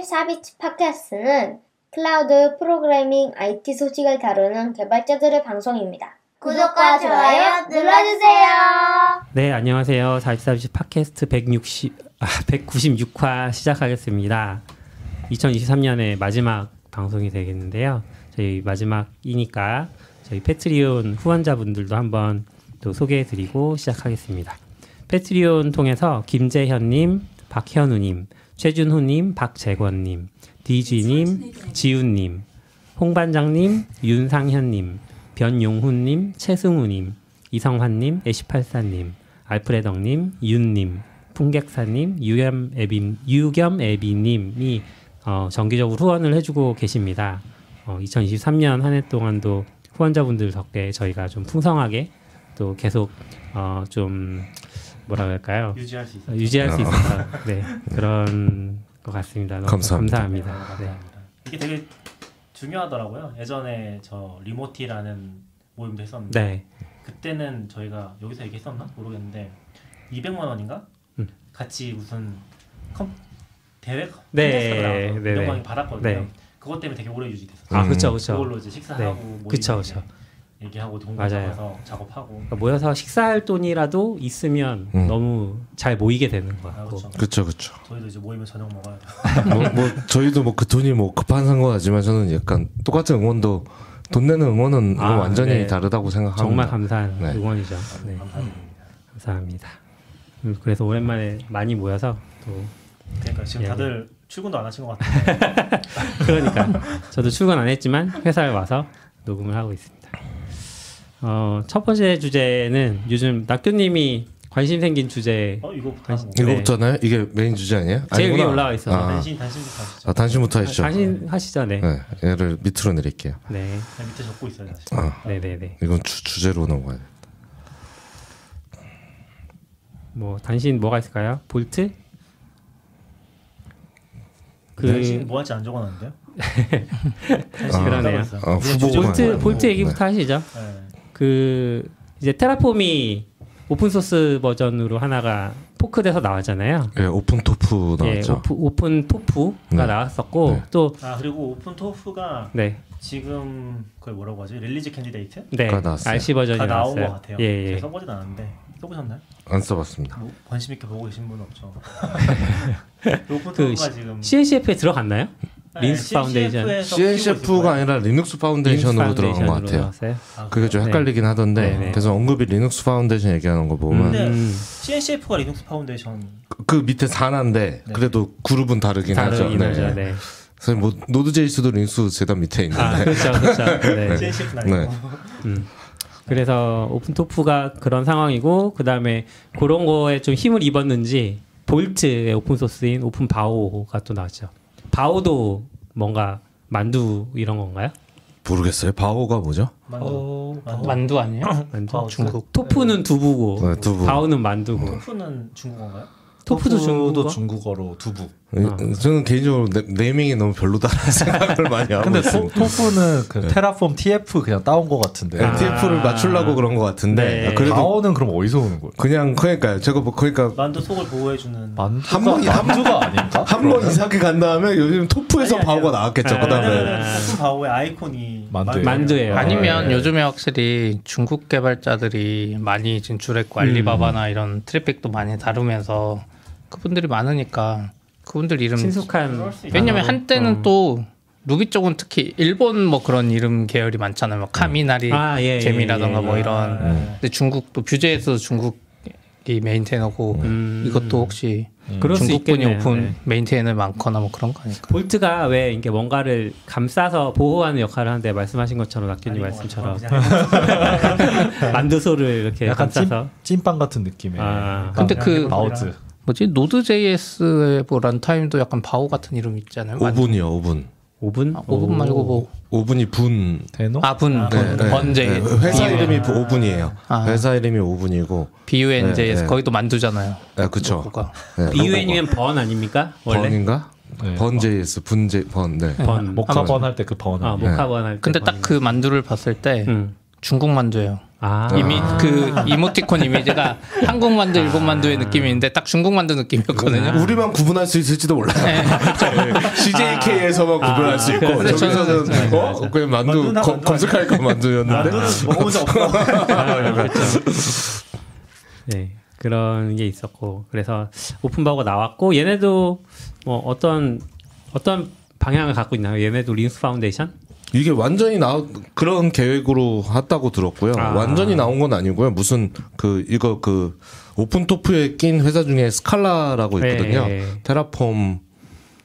44비치 팟캐스트는 클라우드 프로그래밍 IT 소식을 다루는 개발자들의 방송입니다. 구독과 좋아요 눌러주세요. 네, 안녕하세요. 44시 팟캐스트 160, 아, 196화 시작하겠습니다. 2023년의 마지막 방송이 되겠는데요. 저희 마지막이니까 저희 패트리온 후원자분들도 한번 또 소개해드리고 시작하겠습니다. 패트리온 통해서 김재현님, 박현우님, 최준호님, 박재권님, 디지님, 지훈님, 홍반장님, 윤상현님, 변용훈님, 최승우님, 이성환님, 애쉬팔사님, 알프레덕님, 윤님, 풍객사님, 유겸애비, 유겸애비님이 어, 정기적으로 후원을 해주고 계십니다. 어, 2023년 한 해 동안도 후원자분들 덕에 저희가 좀 풍성하게 또 계속 어, 좀 뭐라 그럴까요? 유지할 수 있어요. 어, 유지할 수 있었다. 네 그런 것 같습니다. 너무 감사합니다. 감사합니다. 네. 이게 되게 중요하더라고요. 예전에 저 리모티라는 모임도 했었는데 네. 그때는 저희가 여기서 얘기했었나 모르겠는데 200만 원인가 음. 같이 무슨 컴 대회 컴- 네, 콘테스트가 나와서 네, 이런 네. 거 받았거든요. 네. 그것 때문에 되게 오래 유지됐었어요. 아 음. 그렇죠 그렇죠. 그걸로 이제 식사하고 모임 그쵸, 그쵸. 얘기하고 돈 맞아요. 모아서 작업하고 그러니까 모여서 식사할 돈이라도 있으면 음. 너무 잘 모이게 되는 것 아, 같고 그렇죠. 그쵸 그쵸. 저희도 이제 모이면 저녁 먹어야 돼. 뭐, 뭐 저희도 뭐 그 돈이 뭐 급한 상건 하지만 저는 약간 똑같은 응원도 돈 내는 응원은 이건 아, 완전히 네. 다르다고 생각합니다. 정말 감사한 네. 응원이죠. 네, 아. 감사드립니다. 감사합니다. 음, 그래서 오랜만에 많이 모여서 또 그러니까 지금 예. 다들 출근도 안 하신 것 같아요. 그러니까 저도 출근 안 했지만 회사에 와서 녹음을 하고 있습니다. 어, 첫 번째 주제는 요즘 낙교님이 관심 생긴 주제 어 이거 다 관심- 뭐 이거부터나요? 이게 메인 주제 아니에요? 네. 제일 위에 아니구나. 올라와 있어요. 아, 단신 단신부터 하시죠. 아, 단신부터 하시죠. 관심 하시죠, 네. 네, 얘를 밑으로 내릴게요. 네, 그냥 밑에 적고 있어요 다시. 아, 네, 네, 네. 이건 주, 주제로 넘어가야 돼. 뭐 당신 뭐가 있을까요? 볼트? 네, 그 단신 뭐 할지 안 적어놨는데요? 단신 아, 그러네요. 있어요. 아, 이제 후보구만. 볼트 주제- 뭐가요? 볼트 네. 얘기부터 하시죠. 네. 그 이제 테라폼이 오픈 소스 버전으로 하나가 포크돼서 나왔잖아요. 예, 오픈 토프 예, 나왔죠. 오프, 오픈 토프가 네. 나왔었고 네. 또 아 그리고 오픈 토프가 네, 지금 그걸 뭐라고 하지? 릴리즈 캔디데이트? 네, 가 나왔어요. RC 버전이 다 나온 나왔어요. 것 같아요. 예, 제가 예. 써보진 않았는데 써보셨나요? 안 써봤습니다. 뭐 관심 있게 보고 계신 분은 없죠. 그 오픈 토프가 지금 CNCF에 들어갔나요? 그 네, 린스 파운데이션. CNCF가 아니라 리눅스 파운데이션으로 링스 네, 들어간 것 파운데이션으로 같아요. 나왔어요. 그게 좀 네. 헷갈리긴 하던데 네, 네. 그래서 언급이 리눅스 파운데이션 얘기하는 거 보면 네. 음, CNCF가 리눅스 파운데이션 그, 그 밑에 산한데 네. 그래도 그룹은 다르긴, 다르긴 하죠. 하죠. 네. 사실 뭐 노드제이스도 링수 재단 밑에 아, 있는데 그렇죠, 그렇죠. 네. CNCF는 네. 아니고 음. 그래서 오픈토프가 그런 상황이고 그 다음에 그런 거에 좀 힘을 입었는지 볼트의 오픈소스인 오픈바오가 또 나왔죠. 바오도 뭔가 만두 이런 건가요? 모르겠어요. 바오가 뭐죠? 만두. 어, 만두. 만두, 아니에요? 만두? 바오, 중국. 토프는 두부고 네, 두부. 바오는 만두고 토프는 중국어인가요? 토프도 도 중국어? 중국어로 두부. 이- 저는 개인적으로 네, 네이밍이 너무 별로다라는 생각을 많이 하고 근데 토, 있습니다. 토프는 그 테라폼 TF 그냥 따온 것 네, 같은데. 아. LTF를 맞추려고 그런 것 같은데 아, 네. 그래도 바오는 그럼 어디서 오는 거예요? 그냥 그러니까요. 제가 뭐 그러니까 만두 속을 보호해주는 만두가 한 번이- 한 만두가 아닌가? 한 번 이상하게 간 다음에 요즘 토프에서 아니, 아니, 바오가 아니. 나왔겠죠. 아, 그다음에 네. 같은 바오의 아이콘이 만두예요. 만두예요. 아니면 예. 요즘에 확실히 중국 개발자들이 많이 음. 진출했고 알리바바나 이런 트래픽도 많이 다루면서 그분들이 많으니까 그분들 이름 친숙한 왜냐면 단어로. 한때는 어. 또 루비 쪽은 특히 일본 뭐 그런 이름 계열이 많잖아요. 뭐 카미나리 아, 예, 예, 재미라던가 예, 뭐 예. 이런. 네. 네. 근데 중국도 뷰제에서 중국이 메인테너고 음. 이것도 혹시 그럴 수 중국분이 있겠네요. 오픈 네. 메인테너 많거나 뭐 그런 거 아닐까? 볼트가 왜 이게 뭔가를 감싸서 보호하는 역할을 하는데 말씀하신 것처럼 낙균님 말씀처럼 네. 만두소를 이렇게 약간 찐, 감싸서 찐빵 같은 느낌의. 아. 근데 그 바오즈. 뭐지 노드 JS의 뭐 런타임도 약간 바오 같은 이름 있잖아요. 맞- 5분이요. 5분. 5분? 아, 5분 말고 뭐 5분이 분. 대노? 아분 번- 번제 어? 네, 회사 이름이 5분이에요. 아. 회사 이름이 5분이고 BUNJ에서 네, 네. 거기도 만두잖아요. 아, 그쵸. 로고가. 네, BUN이면 번 아닙니까? 원래? 번인가? 네. 번 JS 분제 번 네. 번. 음, 목화번 할 때 그 번. 아, 아, 목화번 할 때. 근데 딱 번인- 그 만두를 봤을 때 음. 중국 만두예요. 아, 네. 이미 그 이모티콘 이미지가 한국 만두, 일본 만두의 느낌인데 딱 중국 만두 느낌이었거든요. 우리만 구분할 수 있을지도 몰라. CJK에서만 구분할 수 있고 그렇죠. 네. 아. 저기서는 어 그냥 만두 만두나 거- 만두 검색할까 만두였는데 나도는 네. 뭐 먹어본 적 없어. 네 그런 게 있었고 그래서 오픈바우가 나왔고 얘네도 뭐 어떤 어떤 방향을 갖고 있나요? 얘네도 린스 파운데이션? 이게 완전히 나 그런 계획으로 했다고 들었고요. 아. 완전히 나온 건 아니고요. 무슨 그 이거 그 오픈토프에 낀 회사 중에 스칼라라고 있거든요. 예, 예. 테라폼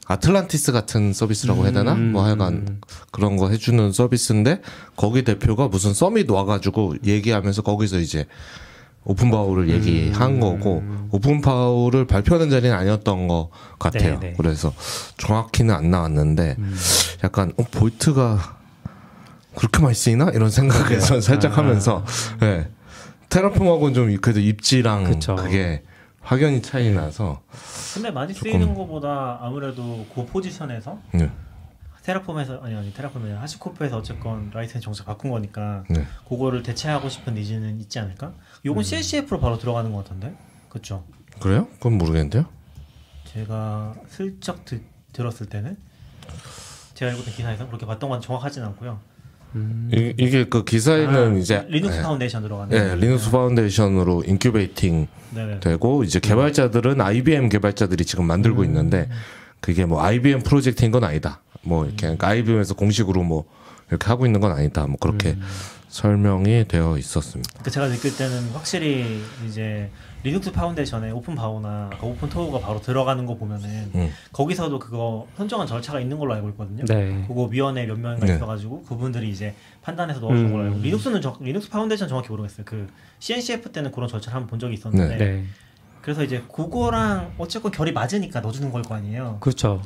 아틀란티스 같은 서비스라고 해야 되나? 뭐 음. 하여간 그런 거 해주는 서비스인데 거기 대표가 무슨 서밋 와가지고 얘기하면서 거기서 이제 음. 오픈바우를 얘기한 거고 오픈바우를 발표하는 자리는 아니었던 것 같아요. 네, 음. 네. 그래서 정확히는 안 나왔는데 약간 어, 볼트가 그렇게 많이 쓰이나 이런 생각에서 아. 살짝 하면서 예. 테라폼하고는 좀 그래도 입지랑 그쵸. 그게 확연히 차이 나서 근데 많이 쓰이는 것보다 아무래도 그 포지션에서 네. 테라폼에서 아니 아니 테라폼이 아니라 하시코프에서 어쨌건 라이센스 정책 바꾼 거니까 네. 음. 그거를 대체하고 싶은 니즈는 있지 않을까? 요건 CCF로 바로 들어가는 것 같던데, 그렇죠? 그래요? 그건 모르겠는데요. 제가 슬쩍 드, 들었을 때는 제가 읽었던 기사에서 그렇게 봤던 건 정확하진 않고요. 이, 이게 그 기사에는 아, 이제 리눅스 예. 파운데이션 들어가는. 예, 리눅스 파운데이션으로 인큐베이팅 네네. 되고 음. 이제 개발자들은 IBM 개발자들이 지금 만들고 있는데 그게 뭐 IBM 프로젝트인 건 아니다. 음. 뭐 이렇게 그러니까 IBM에서 공식으로 뭐 이렇게 하고 있는 건 아니다. 뭐 그렇게 음. 설명이 되어 있었습니다. 그 제가 느낄 때는 확실히 이제 리눅스 파운데이션에 오픈 바우나 오픈 토우가 바로 들어가는 거 보면은 음. 거기서도 그거 선정한 절차가 있는 걸로 알고 있거든요. 네. 그거 위원회 몇 명이 네. 있어가지고 그분들이 이제 판단해서 넣어준 음. 걸로 알고 리눅스는 정, 리눅스 파운데이션 정확히 모르겠어요. 그 CNCF 때는 그런 절차를 한번 본 적이 있었는데 네. 그래서 이제 그거랑 어쨌건 결이 맞으니까 넣어주는 걸 거 아니에요. 그렇죠.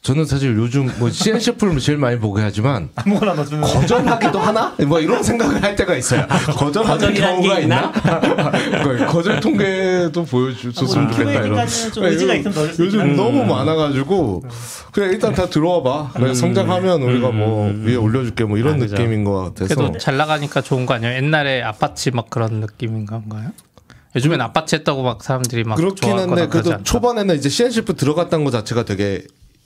저는 사실 요즘 뭐 CNCF를 제일 많이 보게 하지만 아무거나 넣어주는 거. 거절하기도 하나? 뭐 이런 생각을 할 때가 있어요. 거절하는 거절이란 경우가 게 있나? 그 거절 통계도 보여줬으면 아, 좋겠다 이런. 후회기까지는 좀 의지가 네, 있으면 넣어줄 수 요즘 있긴 너무 많아가지고 그냥 일단 다 들어와 봐. 그냥 성장하면 우리가 뭐 위에 올려줄게 뭐 이런 아, 그죠. 느낌인 것 같아서. 그래도 잘 나가니까 좋은 거 아니에요? 옛날에 아파치 막 그런 느낌인 건가요? 요즘엔 아파치 했다고 막 사람들이 막 그렇긴 좋아하거나 한데 그러지 그래도 않나? 초반에는 이제 CNCF 들어갔다는 것 자체가 되게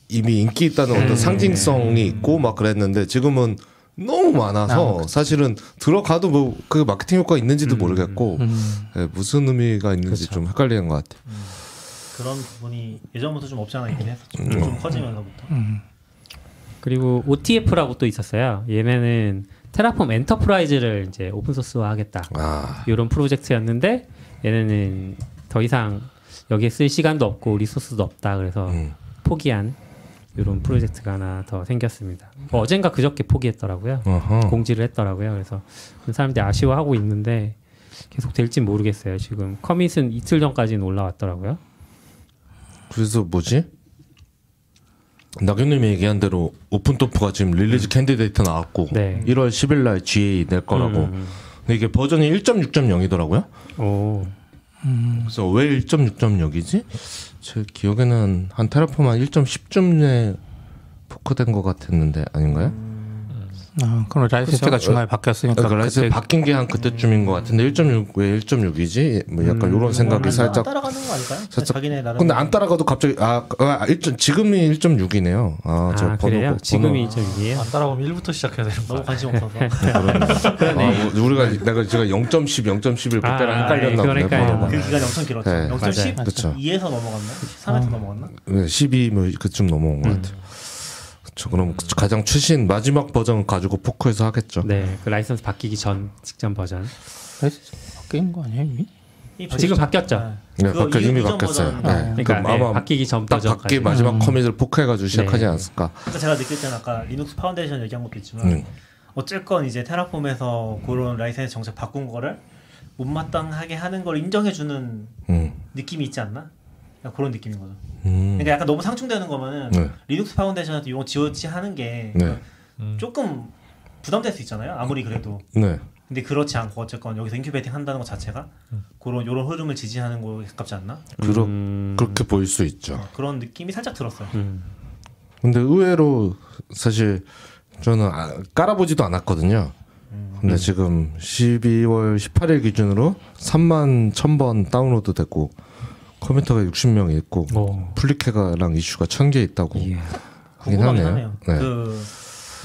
이미 인기 있다는 음. 어떤 상징성이 있고 막 그랬는데 지금은 너무 많아서 사실은 들어가도 뭐 그 마케팅 효과가 있는지도 음. 모르겠고 예, 무슨 의미가 그렇죠. 있는지 좀 헷갈리는 것 같아요. 그런 부분이 예전부터 좀 없지 않아 있긴 했었죠. 음. 좀 커지면서부터. 음. 그리고 OTF라고 또 있었어요. 얘네는 테라폼 엔터프라이즈를 이제 오픈 소스화 하겠다. 아, 이런 프로젝트였는데 얘네는 더 이상 여기에 쓸 시간도 없고 리소스도 없다. 그래서 음. 포기한 이런 프로젝트가 하나 더 생겼습니다. 뭐 어젠가 그저께 포기했더라고요. 어허. 공지를 했더라고요. 그래서 사람들이 아쉬워하고 있는데 계속 될진 모르겠어요. 지금 커밋은 이틀 전까지는 올라왔더라고요. 그래서 뭐지? 나경님이 얘기한 대로 오픈토프가 지금 음. 릴리즈 캔디데이트 나왔고 네. 1월 10일 날 GA 낼 거라고. 음. 근데 이게 버전이 1.6.0이더라고요. 오. 그래서 왜 1.6.6이지? 제 기억에는 한 테라폼 한 1.10쯤에 포커된 것 같았는데 아닌가요? 음. 아, 그럼 라이센스가 중간에 바뀌었으니까 그렇죠. 그러니까 라이센스 그때 바뀐 게 한 그때쯤인 것 같은데 1.6 왜 1.6이지? 뭐 약간 음. 이런 생각이 안 살짝 따라가는 거 아닐까요? 그냥 살짝- 자기네 나름. 근데 안 따라가도 갑자기 아, 아 1. 지금이 1.6이네요. 아, 아, 저 번호가- 그래요? 번호 지금이 2.6이에요? 안 따라오면 1부터 시작해야 네. 되는 너무 관심 없어서. 아, 뭐 우리가 내가 제가 0.10, 0.11 그때랑 아, 헷갈렸나 예, 보네. 그러니까요. 번호가. 그 기간이 엄청 길었죠. 네, 0.10 그쵸. 2에서 넘어갔나? 13에서 넘어갔나? 네, 12 뭐 그쯤 넘어온 음. 것 같아요. 그쵸, 그럼 가장 최신 마지막 버전 가지고 포커에서 하겠죠. 네, 그 라이선스 바뀌기 전 직전 버전. 아, 라이센스 바뀐 거 아니에요 이미? 이 지금 버전- 바뀌었죠. 아, 네, 그거 바뀌, 이전 이미 버전- 바뀌었어요. 아, 네. 음. 그러니까 그럼 아마 네, 바뀌기 전 딱 버전까지. 바뀌 마지막 커밋을 포크해가지고 시작하지 네. 않았을까. 그러니까 제가 느낄 때는 아까 리눅스 파운데이션 얘기한 것도 있지만 음. 어쨌건 이제 테라폼에서 그런 라이센스 정책 바꾼 거를 못마땅하게 하는 걸 인정해주는 음. 느낌이 있지 않나? 그러니까 그런 느낌인 거죠. 음. 그러니까 약간 너무 상충되는 거면은 네. 리눅스 파운데이션한테 이거 지워치 하는 게 네. 음. 조금 부담될 수 있잖아요. 아무리 그래도. 네. 근데 그렇지 않고 어쨌건 여기서 인큐베이팅 한다는 것 자체가 음. 그런 요런 흐름을 지지하는 거에 가깝지 않나? 그러, 음, 그렇게 보일 수 있죠. 그런 느낌이 살짝 들었어요. 음. 근데 의외로 사실 저는 아- 깔아보지도 않았거든요. 근데 음. 지금 12월 18일 기준으로 3만 1000번 다운로드 됐고 컴퓨터가 60명이 있고 오. 플리케가랑 이슈가 1000개 있다고 예. 하긴 궁금하긴 하네요. 하네요. 네. 그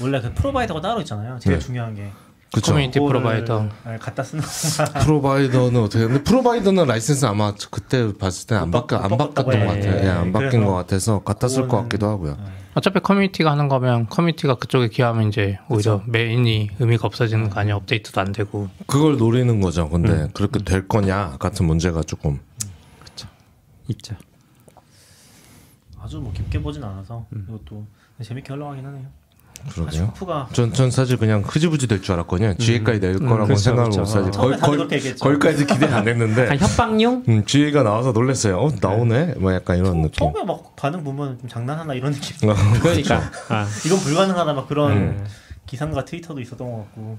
원래 그 프로바이더가 따로 있잖아요. 제일 네. 중요한 게 그쵸 커뮤니티 그거를 네, 프로바이더. 갖다 쓰는 건가. 프로바이더는 어떻게 근데 프로바이더는 라이센스 아마 그때 봤을 때 안 못 바뀌 바꿔- 안 못 바꿨던 바꿨다고 것 같아요. 해. 예, 안 바뀐 그래서 것 같아서 갖다 쓸 것 그거는- 같기도 하고요. 어차피 커뮤니티가 하는 거면 커뮤니티가 그쪽에 기여하면 이제 오히려 메인이 의미가 없어지는 거 아니야 업데이트도 안 되고 그걸 노리는 거죠. 근데 그렇게 될 거냐 같은 문제가 조금 어, 있죠. 아주 뭐 깊게 보진 않아서 이것도 재밌게 흘러가긴 하네요. 음. 그러게요. 푸가 전, 전 사실 그냥 흐지부지 될 줄 알았거든요. 뒤에까지 낼 거라고 그렇죠, 생각을 그렇죠. 못 사실 처음에 거의, 다들 거의, 그렇게 얘기했죠. 거기까지 기대 안 했는데 약간 협박용? 음, 뒤에가 나와서 놀랐어요. 어, 나오네? 뭐 약간 이런 느낌. 처음에 막 반응 보면 좀 장난하나 이런 느낌. 어, 그러니까 아, 이건 불가능하다 막 그런 네. 기상과 트위터도 있었던 것 같고.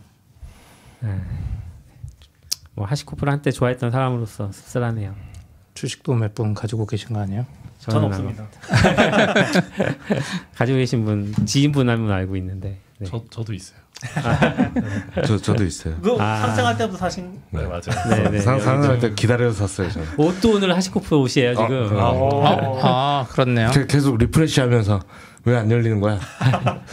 뭐 하시코프를 한때 좋아했던 사람으로서 씁쓸하네요. 주식도 몇 분 가지고 계신 거 아니에요? 저는 아마 없습니다. 가지고 계신 분 지인분 한 분 알고 있는데. 네. 저 저도 있어요. 저, 저도 있어요. 그거 아. 상장할 때부터 사신 네 맞아요. 네, 네. 상, 상할 때 기다려서 샀어요, 저는. 옷도 오늘 하시코프 옷이에요 지금. 아, 아. 어? 아 그렇네요. 제- 계속 리프레시 하면서 왜 안 열리는 거야? 아까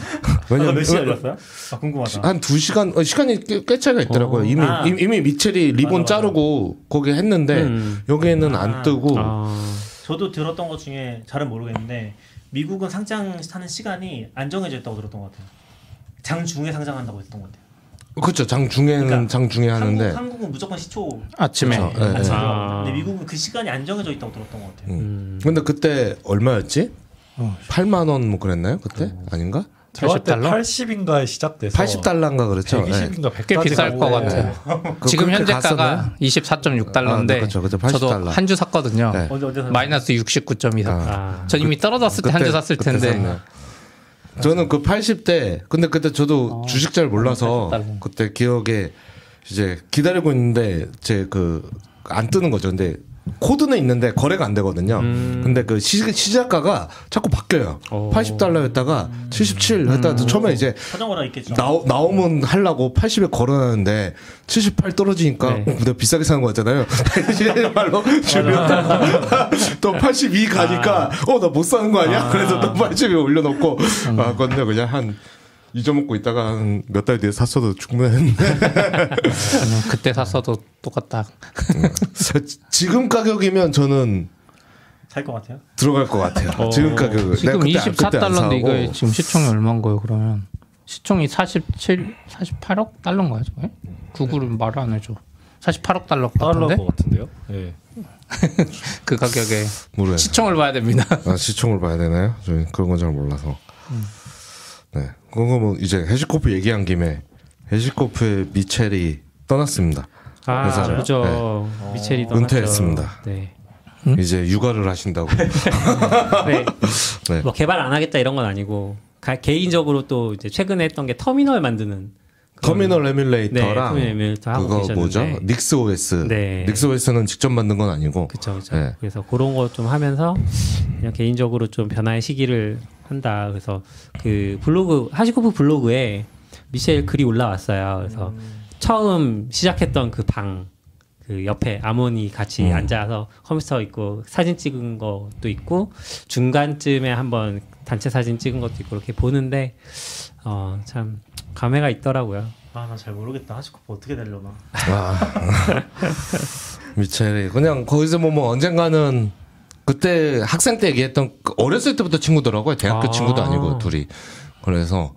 몇 시에 왜- 열렸어요? 아 궁금하다. 한 두시간 어, 시간이 꽤, 꽤 차이가 있더라고요. 이미 아. 이- 이미 미첼이 리본 맞아, 맞아. 자르고 거기 했는데 음. 여기에는 안 아. 뜨고 아, 저도 들었던 것 중에 잘은 모르겠는데 미국은 상장하는 시간이 안정해져 있다고 들었던 것 같아요. 장 중에 상장한다고 했던 것 같아요. 그렇죠. 장 중에는 그러니까 장 중에 하는데 한국, 한국은 무조건 시초 아침에 그쵸. 네, 같이 네. 들어가고. 아. 근데 미국은 그 시간이 안정해져 있다고 들었던 것 같아요. 음. 근데 그때 얼마였지? 어. 8만 원 뭐 그랬나요? 그때 아닌가? 제가 때 80달러? 80인가에 시작돼서 80달러인가 그랬죠. 예. 120인가 100꽤 네. 꽤 비쌀 것 같아요. 네. 지금 현재가가 24.6달러인데 그 아, 네, 그쵸, 그쵸. 80 저도 달러. 한 주 샀거든요. 네. 언제 언제 사? 마이너스 69.24. 아. 전 이미 떨어졌을 때 한 주 샀을 텐데 저는 그 80대 근데 그때 어. 저도 주식 잘 몰라서 80달러. 그때 기억에 이제 기다리고 있는데 제 그 안 뜨는 거죠. 근데 코드는 있는데 거래가 안 되거든요. 음. 근데 그 시, 시작가가 자꾸 바뀌어요. 오. 80달러였다가 77 했다가 처음에 이제 사정어라 있겠죠. 나오, 나오면 하려고 80에 걸어놨는데 78 떨어지니까 네. 어, 내가 비싸게 사는 거였잖아요. 80말로 주면다가 또82 가니까 아. 어 나 못 사는 거 아니야? 그래서 또 80에 올려놓고 음. 아 건데 그냥 한 잊어먹고 있다가 한 몇 달 뒤에 샀어도 충분했는데 저는 그때 샀어도 똑같다. 지금 가격이면 저는 살것 같아요. 들어갈 것 같아요. 지금 가격을 지금 내가 그때 안- 그때 안 24달러인데 이거 사고. 지금 시총이 얼마인 거예요? 그러면 시총이 47, 48억 달러인 거야 저게? 구글은 말을 안 해줘. 48억 달러 네, 달러 같은데 것 같은데요. 예. 그 가격에 모르겠어요. 시총을 봐야 됩니다. 아, 시총을 봐야 되나요? 저희 그런 건 잘 몰라서. 음. 네. 그런 거뭐 이제 해시코프 얘기한 김에 해시코프의 미첼이 떠났습니다. 아, 회사를. 네. 그죠. 미첼이 떠났죠. 은퇴했습니다. 네. 이제 육아를 하신다고. 네. 네. 뭐 개발 안 하겠다 이런 건 아니고 가, 개인적으로 또 이제 최근에 했던 게 터미널 만드는 그런- 터미널 네, 에뮬레이터랑 터미널 에뮬레이터 하고 그거 계셨는데. 뭐죠? 닉스 OS. 네. 닉스 OS는 직접 만든 건 아니고. 그렇죠, 그렇죠. 네. 그래서 그런 거 좀 하면서 그냥 개인적으로 좀 변화의 시기를 한다. 그래서 그 블로그 하시코프 블로그에 미셸 글이 올라왔어요. 그래서 처음 시작했던 그 방 그 옆에 아몬이 같이 음. 앉아서 컴퓨터 있고 사진 찍은 것도 있고 중간쯤에 한번 단체 사진 찍은 것도 있고 이렇게 보는데 어 참 감회가 있더라고요. 아나 잘 모르겠다. 하시코프 어떻게 되려나. 와. 아. 미첼이 그냥 거기서 보면 언젠가는 그때 학생 때 얘기했던 그 어렸을 때부터 친구더라고요. 대학교 아. 친구도 아니고 둘이. 그래서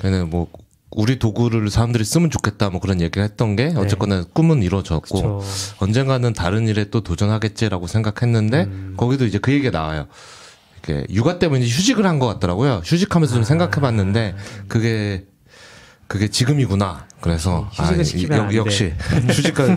걔는 뭐 우리 도구를 사람들이 쓰면 좋겠다 뭐 그런 얘기를 했던 게 어쨌거나 꿈은 이루어졌고 그쵸. 언젠가는 다른 일에 또 도전하겠지라고 생각했는데 음. 거기도 이제 그 얘기가 나와요. 이렇게 육아 때문에 휴직을 한 것 같더라고요. 휴직하면서 아. 좀 생각해봤는데 그게 그게 지금이구나. 그래서 어, 아, 휴직을 이- 시키면 역- 안 돼. 음. 역시 휴직할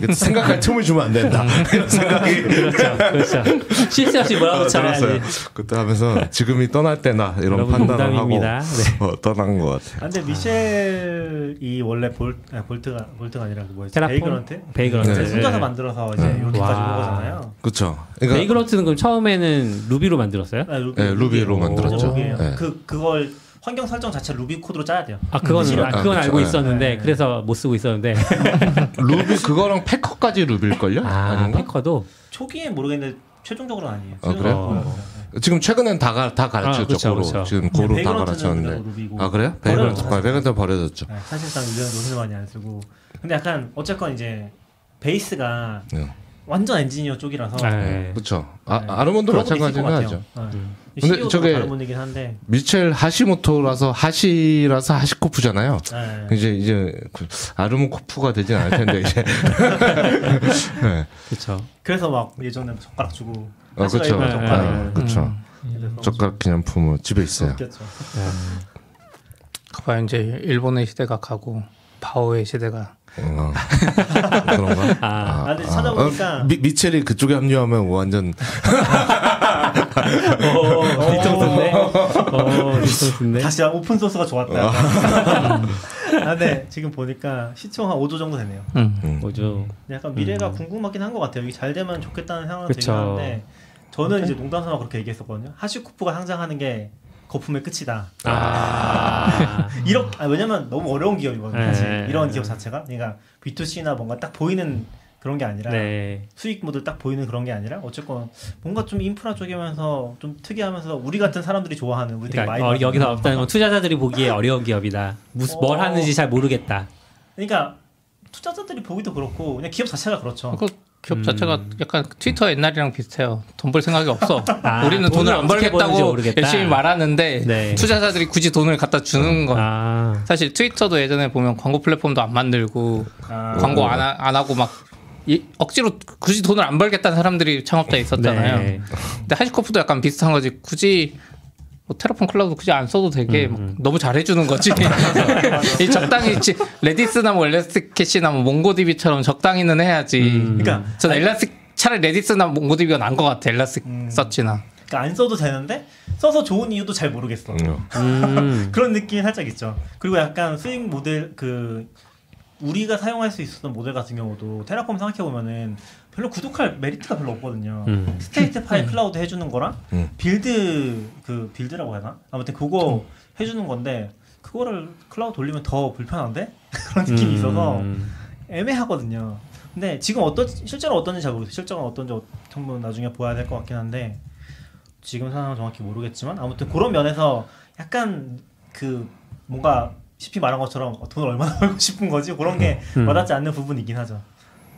때 생각할 틈을 주면 안 된다. 이런 생각이 그렇죠, 그렇죠. 실수 없이 뭐라고 들었어요. 쳐야지. 그때 하면서 지금이 떠날 때나 아, 이런 여러분 판단을 하고 농담입니다. 네. 어, 떠난 것 같아요. 아, 근데 미셸이 원래 볼, 아, 볼트가 볼트가 아니라 그 뭐였지? 테라폼? 베이글런트? 베이글런트. 네. 혼자서 네. 만들어서 이제 네. 이렇게까지 온 와. 거잖아요. 그렇죠. 네, 그러니까 베이글런트는 그럼 처음에는 루비로 만들었어요? 아, 루비, 네, 루비로 만들었죠. 루비예요. 네. 그 그걸 환경 설정 자체 루비 코드로 짜야 돼요. 아 그건 음, 아, 그건 아, 알고 그쵸, 있었는데 네. 그래서 못 쓰고 있었는데 루비 그거랑 패커까지 루비일걸요? 아, 아 닌가 패커도 초기엔 모르겠는데 최종적으로는 아니에요. 아, 그래요? 최종적으로는 네, 지금 최근엔 다, 가, 다 아, 네, 그쵸, 가르쳤죠 고로 그쵸. 지금 고로 다 백그런트는 그냥 가르쳤는데 루비고 아 그래요? 버려요, 백그런트 사실. 백그런트 버려졌죠 네, 사실상 유형도 흔히 많이 안 쓰고 근데 약간 어쨌건 이제 베이스가 네. 완전 엔지니어 쪽이라서 네. 그렇죠 아, 네. 아르몬도 그런 것도 있을 마찬가지긴 것 같아요. 하죠 네. 근데 CEO도 저게- 다른 분이긴 한데 미첼 하시모토라서 하시라서 하시코프잖아요 네. 이제 이제 그 아르몬코프가 되진 않을 텐데 이제 네. 그렇죠. 그래서 막 예전에 젓가락 주고 어, 하시라 그쵸. 이거 젓가락 네, 그렇죠 음. 이래서 젓가락 기념품은 집에 좀 있어요 웃겼죠. 그봐 이제 일본의 시대가 가고 바오의 시대가 어. 그런가? 아, 근데 찾아보니까- 어, 미, 미첼이 그쪽에 합류하면 완전 어. 오, 뒤통수인데. 어 네. 뒤통수인데. 다시 오픈 소스가 좋았다. 어. 아, 네 지금 보니까 시청 한 5조 정도 되네요. 뭐죠? 약간 미래가 궁금하긴 한 것 같아요. 이게 잘 되면 좋겠다는 생각은 음. 그쵸. 되긴 하는데 저는 이제 농담삼아 그렇게 얘기했었거든요. 하시코프가 상장하는 게 거품의 끝이다. 아 이렇게 아, 왜냐면 너무 어려운 기업이거든요. 네. 사실 이런 기업 자체가 그러니까 B2C나 뭔가 딱 보이는 그런 게 아니라 네. 수익 모델 딱 보이는 그런 게 아니라 어쨌건 뭔가 좀 인프라 쪽이면서 좀 특이하면서 우리 같은 사람들이 좋아하는 우리 되게 그러니까 어, 많이 좋아하는 여기서 없다는 건 투자자들이 보기에 어려운 기업이다. 무슨 뭘 어. 하는지 잘 모르겠다. 그러니까 투자자들이 보기도 그렇고 그냥 기업 자체가 어, 그렇죠. 그 기업 음. 자체가 약간 트위터 옛날이랑 비슷해요. 돈 벌 생각이 없어. 아, 우리는 돈을 돈을 안 어떻게 버는지 벌겠다고 모르겠다. 열심히 말하는데 네. 투자자들이 굳이 돈을 갖다 주는 거. 아 사실 트위터도 예전에 보면 광고 플랫폼도 안 만들고 아, 광고 안, 하, 고 막. 이- 억지로 굳이 돈을 안 벌겠다는 사람들이 창업자에 있었잖아요. 네. 그 근데 하시코프도 약간 비슷한 거지. 굳이 뭐 테라폼 클라우드 굳이 안 써도 되게 막 너무 잘해주는 거지. 이 적당히 있지. 레디스나 뭐 엘라스틱캐시나 뭐 몽고DB처럼 적당히는 해야지. 음. 그러니까 전 엘라스틱 차라리 레디스나 몽고DB가 나은 것 같아. 엘라스틱 음. 서치나. 그러니까 안 써도 되는데 써서 좋은 이유도 잘 모르겠어. 음. 그런 느낌이 살짝 있죠. 그리고 약간 수익 모델 그 우리가 사용할 수 있었던 모델 같은 경우도 테라폼 생각해 보면은 별로 구독할 메리트가 별로 없거든요. 음. 스테이트 파일 클라우드 해주는 거랑 음. 빌드 그 빌드라고 해나 아무튼 그거 해주는 건데 그거를 클라우드 돌리면 더 불편한데 그런 느낌이 있어서 음. 애매하거든요. 근데 지금 어떤 실제로 어떤지 잘 모르겠어요. 실제가 어떤지 어- 한번 나중에 보아야 될 것 같긴 한데 지금 상황은 정확히 모르겠지만 아무튼 그런 면에서 약간 그 뭔가 쉽게 말한 것처럼 돈을 얼마나 벌고 싶은 거지 그런 게 음. 와닿지 않는 부분이긴 하죠.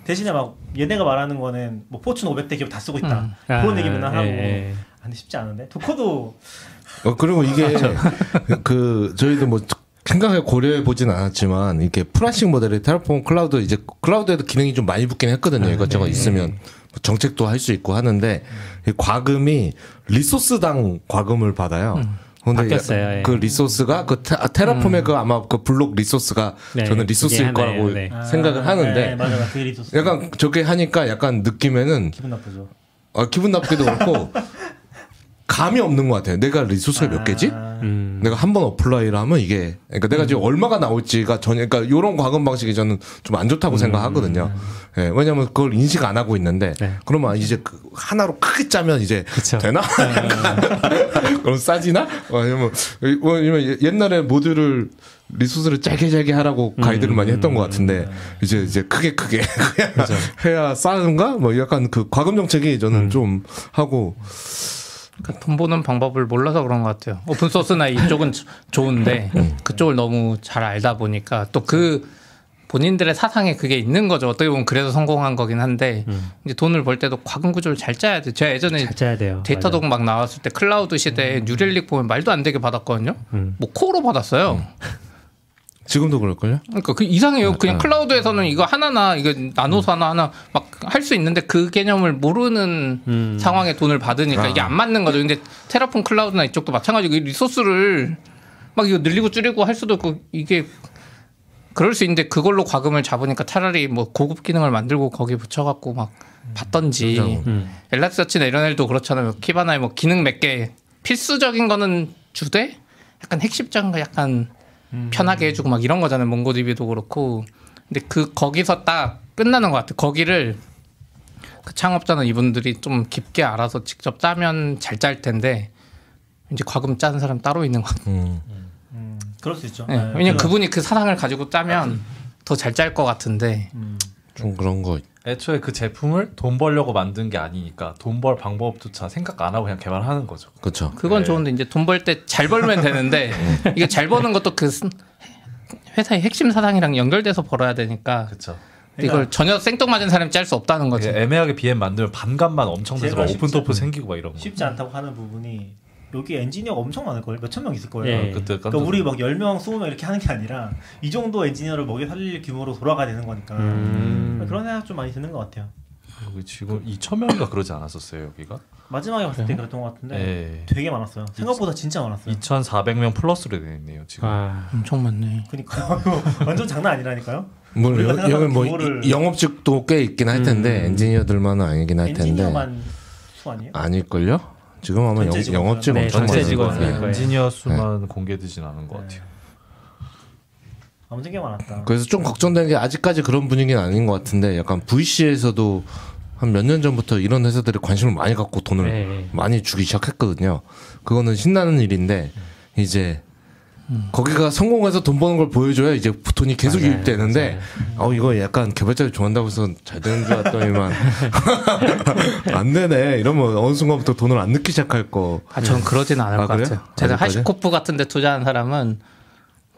대신에 막 얘네가 말하는 거는 뭐 포춘 500대 기업 다 쓰고 있다 음. 그런 아, 얘기 맨날 하고 예, 예. 아, 근데 쉽지 않은데 도커도 어, 그리고 이게 그 저희도 뭐 생각해 고려해 보진 않았지만 이렇게 플라싱 모델이 테라폼 클라우드 이제 클라우드에도 기능이 좀 많이 붙긴 했거든요. 네. 이것저것 있으면 뭐 정책도 할 수 있고 하는데 이 과금이 리소스당 과금을 받아요. 근데 음. 바뀌었어요, 예. 음. 그 리소스가 그 테, 라폼의그 아마 그 블록 리소스가 네, 저는 그게 리소스일 하나예요, 거라고 네. 생각을 아, 네, 하는데 맞아 맞아 그게 있었어. 약간 저게 하니까 약간 느낌에는 기분 나쁘죠. 아, 기분 나쁘기도 그렇고 감이 없는 것 같아요. 내가 리소스가 몇 개지? 아, 음. 내가 한 번 어플라이를 하면 이게 그러니까 내가 지금 얼마가 나올지가 전혀 그러니까 요런 과금 방식이 저는 좀 안 음. 좋다고 생각하거든요. 예, 왜냐면 그걸 인식 안 하고 있는데 네. 그러면 이제 그 하나로 크게 짜면 이제 그쵸. 네. 되나? 약간 그럼 싸지나? 어, 아니면 뭐, 아니면 옛날에 모듈을 리소스를 짧게 짧게 하라고 음. 가이드를 많이 했던 것 같은데 이제 이제 크게 크게 해야 싸는가? 뭐 약간 그 과금 정책이 음. 저는 좀 하고 그러니까 돈 버는 방법을 몰라서 그런 것 같아요. 오픈 소스나 이쪽은 조- 좋은데 음. 그쪽을 너무 잘 알다 보니까 또 그 본인들의 사상에 그게 있는 거죠. 어떻게 보면 그래서 성공한 거긴 한데 이제 돈을 벌 때도 과금 구조를 잘 짜야 돼. 제가 예전에 음. 잘 짜야 돼요. 네, 음. 데이터 맞아. 도막 나왔을 때 클라우드 시대에 뉴렐릭 보면 말도 안 되게 받았거든요. 음. 뭐 코로 받았어요. 지금도 그럴걸요? 그러니까 그 이상해요. 그냥 음. 클라우드에서는 이거 하나나 이거 나눠서 하나 하나 막 할 수 있는데 그 개념을 모르는 음. 상황에 돈을 받으니까 이게 안 맞는 거죠. 근데 테라폼 클라우드나 이쪽도 마찬가지고 이 리소스를 막 이거 늘리고 줄이고 할 수도 있고 이게 그럴 수 있는데 그걸로 과금을 잡으니까 차라리 뭐 고급 기능을 만들고 거기 붙여갖고 막 받던지 음. 엘라스서치나 이런 애들도 그렇잖아요. 키바나에 뭐 기능 몇 개 필수적인 거는 주되 약간 핵심적인 거 약간 음. 편하게 해주고 막 이런 거잖아요. 몽고디비도 그렇고. 근데 그 거기서 딱 끝나는 것 같아. 거기를 그 창업자나 이분들이 좀 깊게 알아서 직접 짜면 잘 짤 텐데 이제 과금 짜는 사람 따로 있는 것 같아. 음. 그럴 수 있죠. 예, 네, 그런- 왜냐면 그분이 그 사랑을 가지고 짜면 더 잘 짤 것 같은데 음. 좀 그런 거 애초에 그 제품을 돈 벌려고 만든 게 아니니까 돈 벌 방법조차 생각 안 하고 그냥 개발하는 거죠. 그렇죠. 그건 네. 좋은데 이제 돈 벌 때 잘 벌면 되는데 이게 잘 버는 것도 그 스- 회사의 핵심 사상이랑 연결돼서 벌어야 되니까 그렇죠. 근데 이걸 전혀 생뚱맞은 사람이 짤 수 없다는 거죠. 그 애매하게 BM 만들면 반감만 엄청 돼서 막 제발 오픈 토프 쉽지 생기고 막 이런 거. 쉽지 않다고 하는 부분이 여기 엔지니어 엄청 많을 거예요. 몇천 명 있을 거예요. 예. 그때 깜짝 그러니까 우리 막 10명, 20명 이렇게 하는 게 아니라 이 정도 엔지니어를 먹여 살릴 규모로 돌아가야 되는 거니까 음. 그런 생각 좀 많이 드는 것 같아요. 여기 지금 2천 명인가 그러지 않았었어요 여기가? 마지막에 봤을 때 그랬던 것 같은데 네. 되게 많았어요. 생각보다 진짜 많았어요. 2,400명 플러스로 되어 있네요 지금. 아, 엄청 많네. 그러니까 완전 장난 아니라니까요. 뭐 우리가 여- 생각하는 여기 뭐 규모를- 이- 영업직도 꽤 있긴 할 텐데 음. 엔지니어들만은 아니긴 할 텐데 엔지니어만 수 아니에요? 네, 아닐걸요? 지금 아마 전체 영, 직원 업직 네, 엄청 전체 많을 직원 거예요. 수일 거예요. 엔지니어 수만 공개되진 않은 것 같아요. 아무튼 꽤 많았다. 그래서 좀 걱정되는 게 아직까지 그런 분위기는 아닌 것 같은데 약간 VC에서도 한 몇 년 전부터 이런 회사들이 관심을 많이 갖고 돈을 네. 많이 주기 시작했거든요. 그거는 신나는 일인데 이제 거기가 성공해서 돈 버는 걸 보여줘야 이제 돈이 계속 맞아요, 유입되는데 어 이거 약간 개발자들 좋아한다고 해서 잘 되는 줄 알았더니만 안 되네 이러면 어느 순간부터 돈을 안 넣기 시작할 거 아, 전 그러진 않을 아, 것 그래요? 같아요. 제가 아직까지? 하시코프 같은 데 투자한 사람은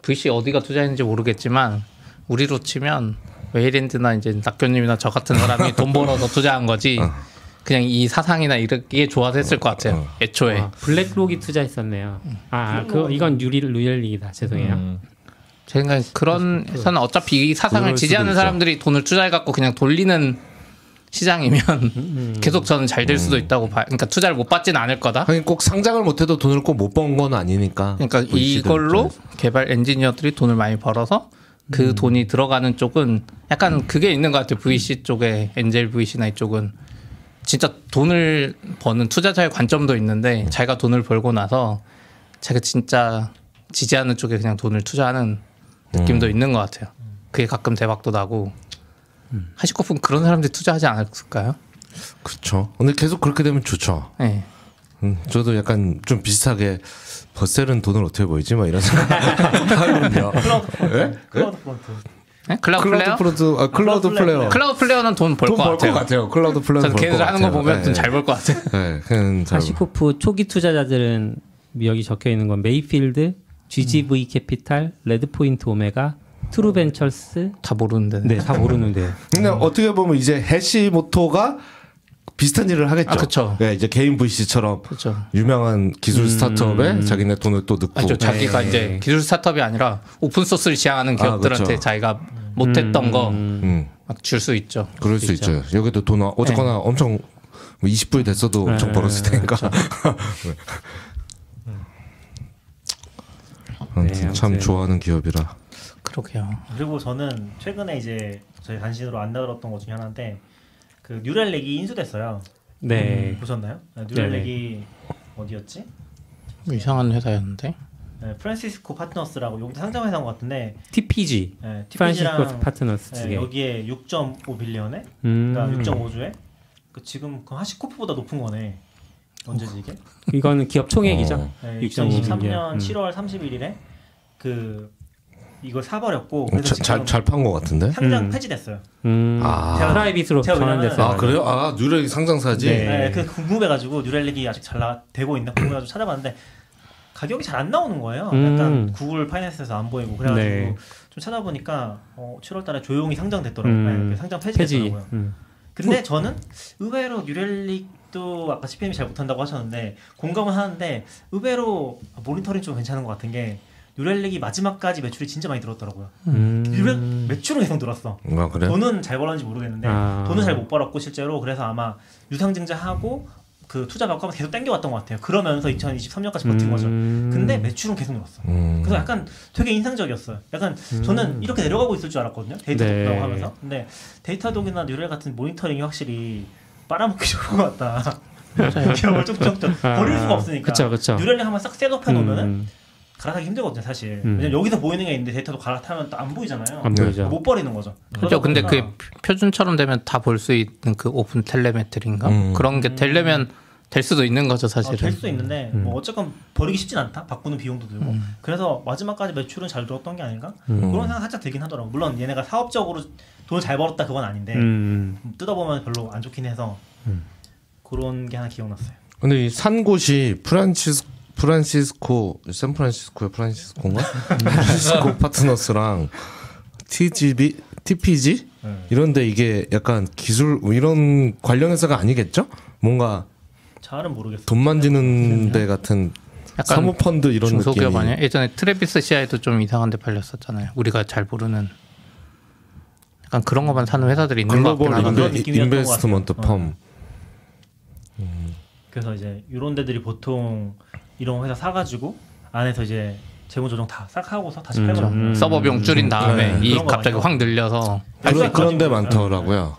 VC 어디가 투자했는지 모르겠지만 우리로 치면 웨이랜드나 이제 낙교님이나 저 같은 사람이 돈 벌어서 투자한 거지 그냥 이 사상이나 이게 좋아서 했을 것 같아요. 애초에. 아, 블랙록이 투자했었네요. 아, 아, 그 이건 유리 루열리이다. 죄송해요. 음. 제 생각엔 그런 회사는 어차피 이 사상을 그럴 수도 지지하는 있죠. 사람들이 돈을 투자해갖고 그냥 돌리는 시장이면 계속 저는 잘 될 수도 있다고 봐요. 그러니까 투자를 못 받지는 않을 거다. 하긴 꼭 상장을 못해도 돈을 꼭 못 번 건 아니니까 그러니까 VC 들 이걸로 입장에서. 개발 엔지니어들이 돈을 많이 벌어서 음. 그 돈이 들어가는 쪽은 약간 그게 있는 것 같아요. VC 쪽에 엔젤 VC나 이쪽은 진짜 돈을 버는 투자자의 관점도 있는데 네. 자기가 돈을 벌고 나서 자기가 진짜 지지하는 쪽에 그냥 돈을 투자하는 느낌도 음. 있는 것 같아요. 그게 가끔 대박도 나고 음. 하시코프는 그런 사람들이 투자하지 않을까요? 그렇죠 근데 계속 그렇게 되면 좋죠 네. 음, 저도 약간 좀 비슷하게 버셀은 돈을 어떻게 벌지 막 이런 생각 하거든요 예? 클라우드 프론트. 네? 클라우드 클라우드 플레어? 플레어 아, 클라우드 클라우드 플레어 클라우드 플레어는 돈 벌 것 돈벌 것 같아요. 같아요 클라우드 플레어 저는 걔들 하는 거 보면 좀 잘 벌 것 같아요. 네, 그냥 잘 하시코프 초기 투자자들은 여기 적혀 있는 건 메이필드, GGV 음. 캐피탈, 레드포인트 오메가, 트루벤처스. 다 모르는데. 네, 다 모르는데요. 근데 어떻게 보면 이제 해시모토가 비슷한 일을 하겠죠. 아, 그쵸. 네, 이제 개인 VC처럼 그렇죠. 유명한 기술 스타트업에 자기네 돈을 또 넣고. 아니죠. 자기가 네. 이제 기술 스타트업이 아니라 오픈 소스를 지향하는 기업들한테 그렇죠. 자기가 못했던 음, 거 막 줄 수 있죠. 그럴 수 있죠. 여기도 돈 어- 어쨌거나 엄청 뭐 20불이 됐어도 엄청 벌었을 테니까. 네. 아무튼 네, 참 아무튼. 좋아하는 기업이라. 그러게요. 그리고 저는 최근에 이제 저희 간신으로 안 나들었던 것 중에 하나인데 그 뉴럴렉이 인수됐어요. 음. 네. 보셨나요? 네, 뉴럴렉이 어디였지? 이상한 회사였는데. 네, 프란시스코 파트너스라고 여기 상장회사인 것 같은데 TPG. 네, 프란시스코 TPG랑 파트너스 두 네, 개. 여기에 6.5빌리언에 음. 그러니까 6.5주에 그 지금 그 하시코프보다 높은 거네 언제지 이게? 이거는 기업 총액이죠. 어. 네, 6.5 2023년 음. 7월 31일에 그 이걸 사버렸고 어, 그래서 지금 어, 잘잘판 것 같은데. 상장 음. 패지됐어요. 음. 아. 프라이빗으로 제가 왜냐면- 전환됐어요. 아 그래요? 아 뉴렉 상장사지. 네. 네, 그 궁금해가지고 뉴렐릭이 아직 잘 나, 되고 있나 궁금해가지고 찾아봤는데 가격이 잘 안 나오는 거예요. 음. 약간 구글 파이낸스에서 안 보이고 그래가지고 네. 좀 찾아보니까 어, 7월달에 조용히 상장됐더라고요. 음. 네, 상장 폐지. 폐지됐더라고요. 음. 근데 저는 의외로 뉴렐릭도 아까 CPM이 잘 못한다고 하셨는데 공감은 하는데 의외로 모니터링 좀 괜찮은 것 같은 게 뉴렐릭이 마지막까지 매출이 진짜 많이 들었더라고요. 음. 뉴렐 매출은 계속 늘었어. 아 그래. 돈은 잘 벌었는지 모르겠는데 네. 아. 돈은 잘 못 벌었고 실제로 그래서 아마 유상증자하고 그 투자 받고 하면서 계속 땡겨왔던 것 같아요. 그러면서 2023년까지 버틴 거죠. 음. 근데 매출은 계속 늘었어. 음. 그래서 약간 되게 인상적이었어요. 약간 저는 이렇게 내려가고 있을 줄 알았거든요. 데이터 음. 네. 독이라고 하면서. 근데 데이터 독이나 뉴렐 같은 모니터링이 확실히 빨아먹기 좋은 것 같다. 기업을 쭉쭉쭉 버릴 수가 없으니까. 아. 그쵸, 그쵸. 뉴렐을 한번 싹 셋업해 놓으면은 음. 갈아타기 힘들거든요, 사실. 음. 왜냐면 여기서 보이는 게 있는데 데이터도 갈아타면 또 안 보이잖아요. 안 보이죠. 아. 못 버리는 거죠. 그렇죠. 근데 그러다 그게 보니까 표준처럼 되면 다 볼 수 있는 그 오픈 텔레메트리인가 음. 그런 게 되려면 될 수도 있는 거죠 어, 사실은. 될 수도 있는데 뭐 어쨌건 버리기 쉽진 않다. 바꾸는 비용도 들고. 그래서 마지막까지 매출은 잘 들었던 게 아닌가? 그런 생각 살짝 들긴 하더라고. 물론 얘네가 사업적으로 돈을 잘 벌었다 그건 아닌데 음. 뜯어보면 별로 안 좋긴 해서 그런 게 하나 기억났어요. 근데 이 산 곳이 프란치스 프란시스코 샌프란시스코의 프란시스코인가? 프란시스코 파트너스랑 TGB TPG 이런데 이게 약간 기술 뭐 이런 관련 회사가 아니겠죠? 뭔가 잘은 모르겠어. 돈 만지는 데 같은 약간 사모 펀드 이런 중소기업 느낌이 아니에요? 예전에 트래비스 시아에도 좀 이상한데 팔렸었잖아요. 우리가 잘 모르는 약간 그런 것만 사는 회사들이 있는 것 같긴 글로벌 하던데. 그런 인베, 느낌이었던 것 인베스트먼트 같아요. 어. 펌 그래서 이제 이런 데들이 보통 이런 회사 사가지고 안에서 이제 재무 조정 다 싹 하고서 다시 팔고 나오는 거예요. 서버 비용 줄인 다음에 네. 이 그런 거 갑자기 많이 확 늘려서 그런, 그런 데 거예요. 많더라고요.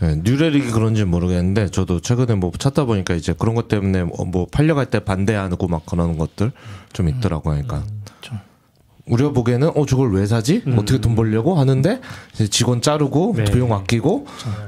네, 뉴레릭이 그런지는 모르겠는데 저도 최근에 뭐 찾다 보니까 이제 그런 것 때문에 뭐- 뭐 팔려갈 때 반대하고 막 그런 것들 좀 있더라고요. 그러니까 좀. 우려 보기에는 어 저걸 왜 사지? 어떻게 돈 벌려고 하는데 이제 직원 자르고 네. 비용 아끼고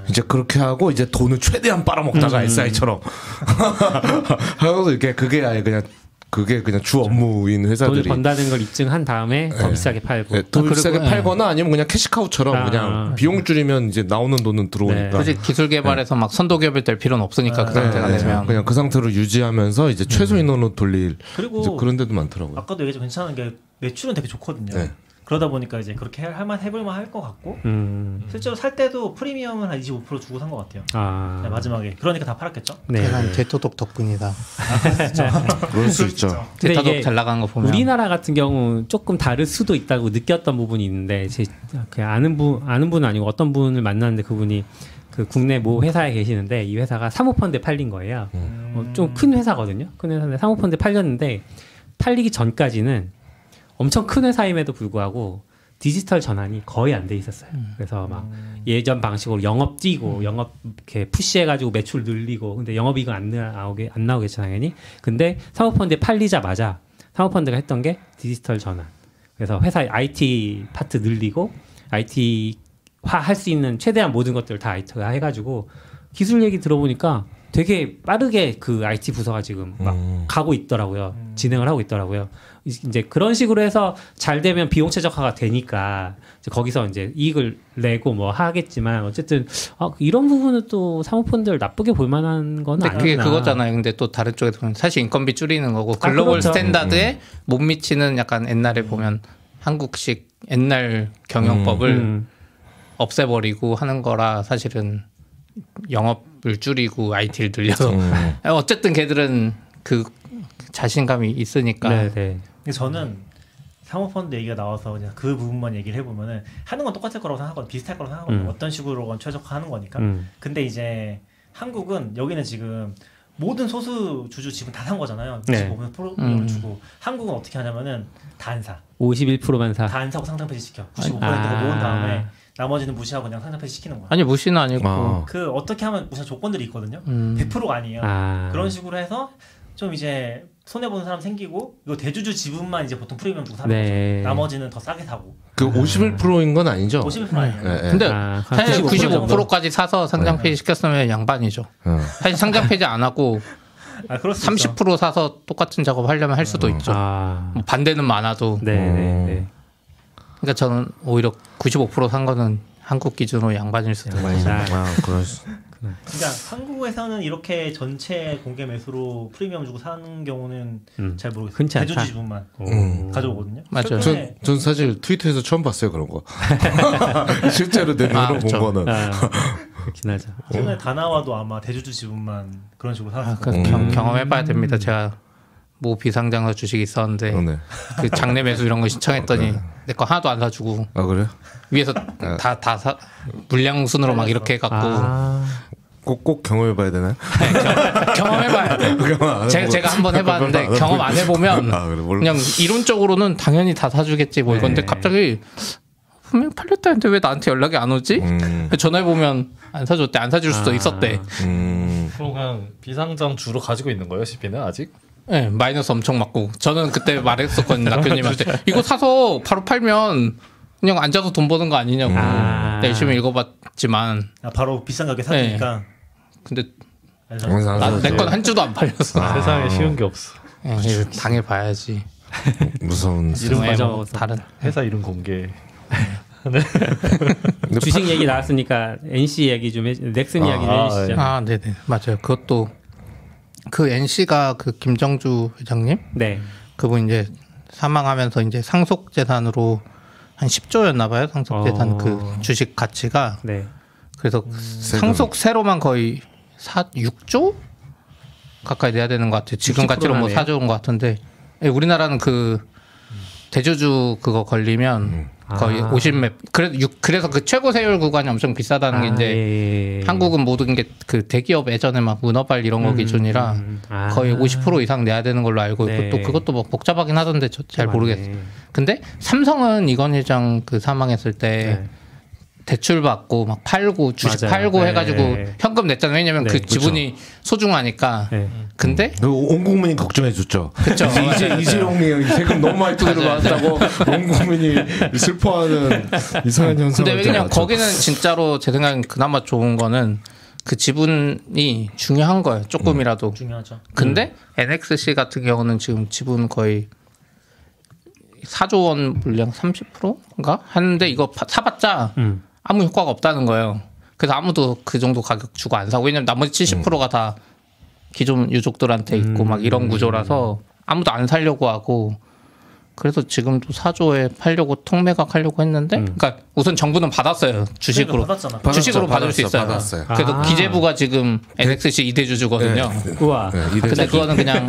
이제 그렇게 하고 이제 돈을 최대한 빨아먹다가 SI처럼 하고서 이렇게 그게 아예 그냥 그게 그냥 주 업무인 돈을 회사들이 번다는 걸 입증한 다음에 더 비싸게 팔고. 예, 돈 아, 비싸게 그리고, 예. 팔거나 아니면 그냥 캐시카우처럼 아, 그냥 아. 비용 줄이면 이제 나오는 돈은 네. 들어오니까 굳이 기술 개발에서 막 선도기업이 될 필요는 없으니까 그 그러니까. 네, 상태가 네, 되면 그냥 그 상태로 유지하면서 네. 이제 최소 인원으로 돌릴 이제 그리고 그런 데도 많더라고요. 아까도 얘기했지만 괜찮은 게 매출은 되게 좋거든요. 네. 그러다 보니까 이제 그렇게 할- 할만 해볼만 할 것 같고 음. 실제로 살 때도 프리미엄을 한 25% 주고 산 것 같아요. 아. 네, 마지막에 그러니까 다 팔았겠죠. 네. 대단 제토독 덕분이다. 그럴 수 있죠. 근데 제토독 이게 잘 나간 거 보면 우리나라 같은 경우 조금 다를 수도 있다고 느꼈던 부분이 있는데 제 그 아는 분 아는 분은 아니고 어떤 분을 만났는데 그분이 그 국내 모 회사에 계시는데 이 회사가 사모펀드에 팔린 거예요. 음. 어, 좀 큰 회사거든요. 큰 회사인데 사모펀드에 팔렸는데 팔리기 전까지는 엄청 큰 회사임에도 불구하고 디지털 전환이 거의 안 돼 있었어요. 그래서 막 예전 방식으로 영업 뛰고 영업 이렇게 푸시해가지고 매출 늘리고 근데 영업이익은 안 나오게 안 나오겠죠 당연히. 근데 사모펀드에 팔리자마자 사모펀드가 했던 게 디지털 전환. 그래서 회사의 IT 파트 늘리고 IT화 할 수 있는 최대한 모든 것들을 다 IT화 해가지고 기술 얘기 들어보니까 되게 빠르게 그 IT 부서가 지금 막 음. 가고 있더라고요. 음. 진행을 하고 있더라고요. 이제 그런 식으로 해서 잘 되면 비용 최적화가 되니까 이제 거기서 이제 이익을 내고 뭐 하겠지만 어쨌든 아, 이런 부분은 또 사모펀드를 나쁘게 볼 만한 건 근데 아니구나. 그게 그거잖아요. 근데 또 다른 쪽에서 보면 사실 인건비 줄이는 거고 글로벌 그렇죠. 스탠다드에 못 미치는 약간 옛날에 보면 한국식 옛날 경영법을 음. 없애버리고 하는 거라 사실은 영업을 줄이고 IT를 늘려서 어쨌든 걔들은 그 자신감이 있으니까 네, 네. 근데 저는 사모펀드 얘기가 나와서 그냥 그 부분만 얘기를 해보면은 하는 건 똑같을 거라고 생각하고 비슷할 거라고 생각하고 음. 어떤 식으로건 최적화하는 거니까. 음. 근데 이제 한국은 여기는 지금 모든 소수 주주 지분 다 산 거잖아요. 네. 25%를 음. 주고 한국은 어떻게 하냐면은 다 안 사. 51%만 사. 다 안 사고 상장 폐지 시켜. 95%를 아. 모은 다음에 나머지는 무시하고 그냥 상장 폐지 시키는 거야. 아니 무시는 아니고 아, 그 어떻게 하면 무슨 조건들이 있거든요. 음. 100%가 아니에요. 아. 그런 식으로 해서 좀 이제 손해 보는 사람 생기고 이거 대주주 지분만 이제 보통 프리미엄 주고 사는 거죠. 네. 나머지는 더 싸게 사고. 그 51%인 건 아니죠? 51% 아니에요. 예, 예. 네. 근데 아, 사실 95% 95%까지 사서 상장 네. 폐지 시켰으면 양반이죠. 어. 사실 상장 폐지 안 하고 아, 그럴 수 있죠. 30% 사서 똑같은 작업 하려면 할 수도 있죠. 아. 뭐 반대는 많아도 네, 음. 네, 네. 그러니까 저는 오히려 95%산 거는 한국 기준으로 양반일 수도 있어요. 아, 아, 그럴 수. 그러니까 한국에서는 이렇게 전체 공개 매수로 프리미엄 주고 사는 경우는 음. 잘 모르겠어요. 흔치 않다. 대주주 지분만 음. 가져오거든요. 맞아요. 전, 최근에 전 사실 트위터에서 처음 봤어요 그런 거. 실제로 내 눈으로 아, 본 그쵸. 거는. 아, 그렇긴 하죠. 음. 최근에 다나와도 아마 대주주 지분만 그런 식으로 아, 살았을 그 거예요. 경, 경험해봐야 됩니다. 제가 뭐 비상장사 주식 있었는데 어, 네. 그 장내 매수 이런 거 신청했더니 내 거 하나도 안 사주고 아 그래? 요 위에서 다 다 사, 물량 순으로 막 이렇게 해갖고 아, 꼭꼭 경험해봐야 되나? 경험해봐야 돼. 제가 제가 한번 해봤는데 경험 안 해보면 아, 그래, 몰라. 그냥 이론적으로는 당연히 다 사주겠지 뭐 이건데 네. 갑자기 분명 히 팔렸다는데 왜 나한테 연락이 안 오지? 음, 전화해 보면 안 사줬대 안 사줄 수도 아. 있었대. 음, 프로그램 비상장 주로 가지고 있는 거예요, CP는 아직? 예, 마이너스 엄청 맞고. 저는 그때 말했었거든요, 낙교님한테. 이거 사서 바로 팔면 그냥 앉아서 돈 버는 거 음. 아니냐고. 아. 열심히 읽어봤지만. 네. 아, 바로 비싼 가격에 사니까 근데 그래서 아, 네. 난내건 한 주도 안 팔렸어. 아, 세상에 쉬운 게 없어. 예, 이거 당해봐야지. 무서운 이름 예, 맞아. 뭐 다른 회사 이름 공개. 주식 얘기 나왔으니까 NC 얘기 좀 해, 넥슨 아, 이야기 좀 해주시죠. 음. 아 네네 맞아요. 그것도 그 NC가 그 김정주 회장님 네. 그분 이제 사망하면서 이제 상속 재산으로 한 10조였나 봐요. 상속 재산 어. 그 주식 가치가 네. 그래서 상속세로만 거의 4, 6조 가까이 내야 되는 것 같아요. 지금 60% 가치로 뭐 나네요. 4조인 것 같은데 예, 우리나라는 그 대주주 그거 걸리면 거의 아. 50몇 그래, 육- 그래서 그 최고 세율 구간이 엄청 비싸다는 게 아, 이제 예, 예. 한국은 모든 게 그 대기업 예전에 막 문어발 이런 거 기준이라 음, 아. 거의 50% 이상 내야 되는 걸로 알고 있고 네. 또 그것도 뭐 복잡하긴 하던데 저 잘 맞네. 모르겠어요. 근데 삼성은 이건 회장 그 사망했을 때 네. 대출 받고 막 팔고 주식 맞아요. 팔고 네. 해가지고 현금 냈잖아요. 왜냐면 네, 그 지분이 소중하니까. 네. 근데 온 국민이 걱정해 줬죠. 그쵸. 이제 이재용이 세금 너무 네. 많이 두드려 맞아요. 맞았다고 온 국민이 슬퍼하는 이상한 현상. 근데 왜 그냥 거기는 진짜로 제 생각엔 그나마 좋은 거는 그 지분이 중요한 거예요. 조금이라도. 중요하죠. 근데 NXC 음. 같은 경우는 지금 지분 거의 4조 원 분량 30%인가 하는데 이거 파- 사봤자 음. 아무 효과가 없다는 거예요. 그래서 아무도 그 정도 가격 주고 안 사고 왜냐면 나머지 70%가 다 기존 유족들한테 있고 막 이런 구조라서 아무도 안 살려고 하고 그래서 지금도 4조에 팔려고 통매각 하려고 했는데 그러니까 우선 정부는 받았어요 주식으로 그러니까 받았잖아. 받았죠, 주식으로 받을 수 받았어, 있어요. 받았어요. 그래서 아. 기재부가 지금 NXC 이대주주거든요. 우와. 네, 이래서 아, 근데 그거는 그냥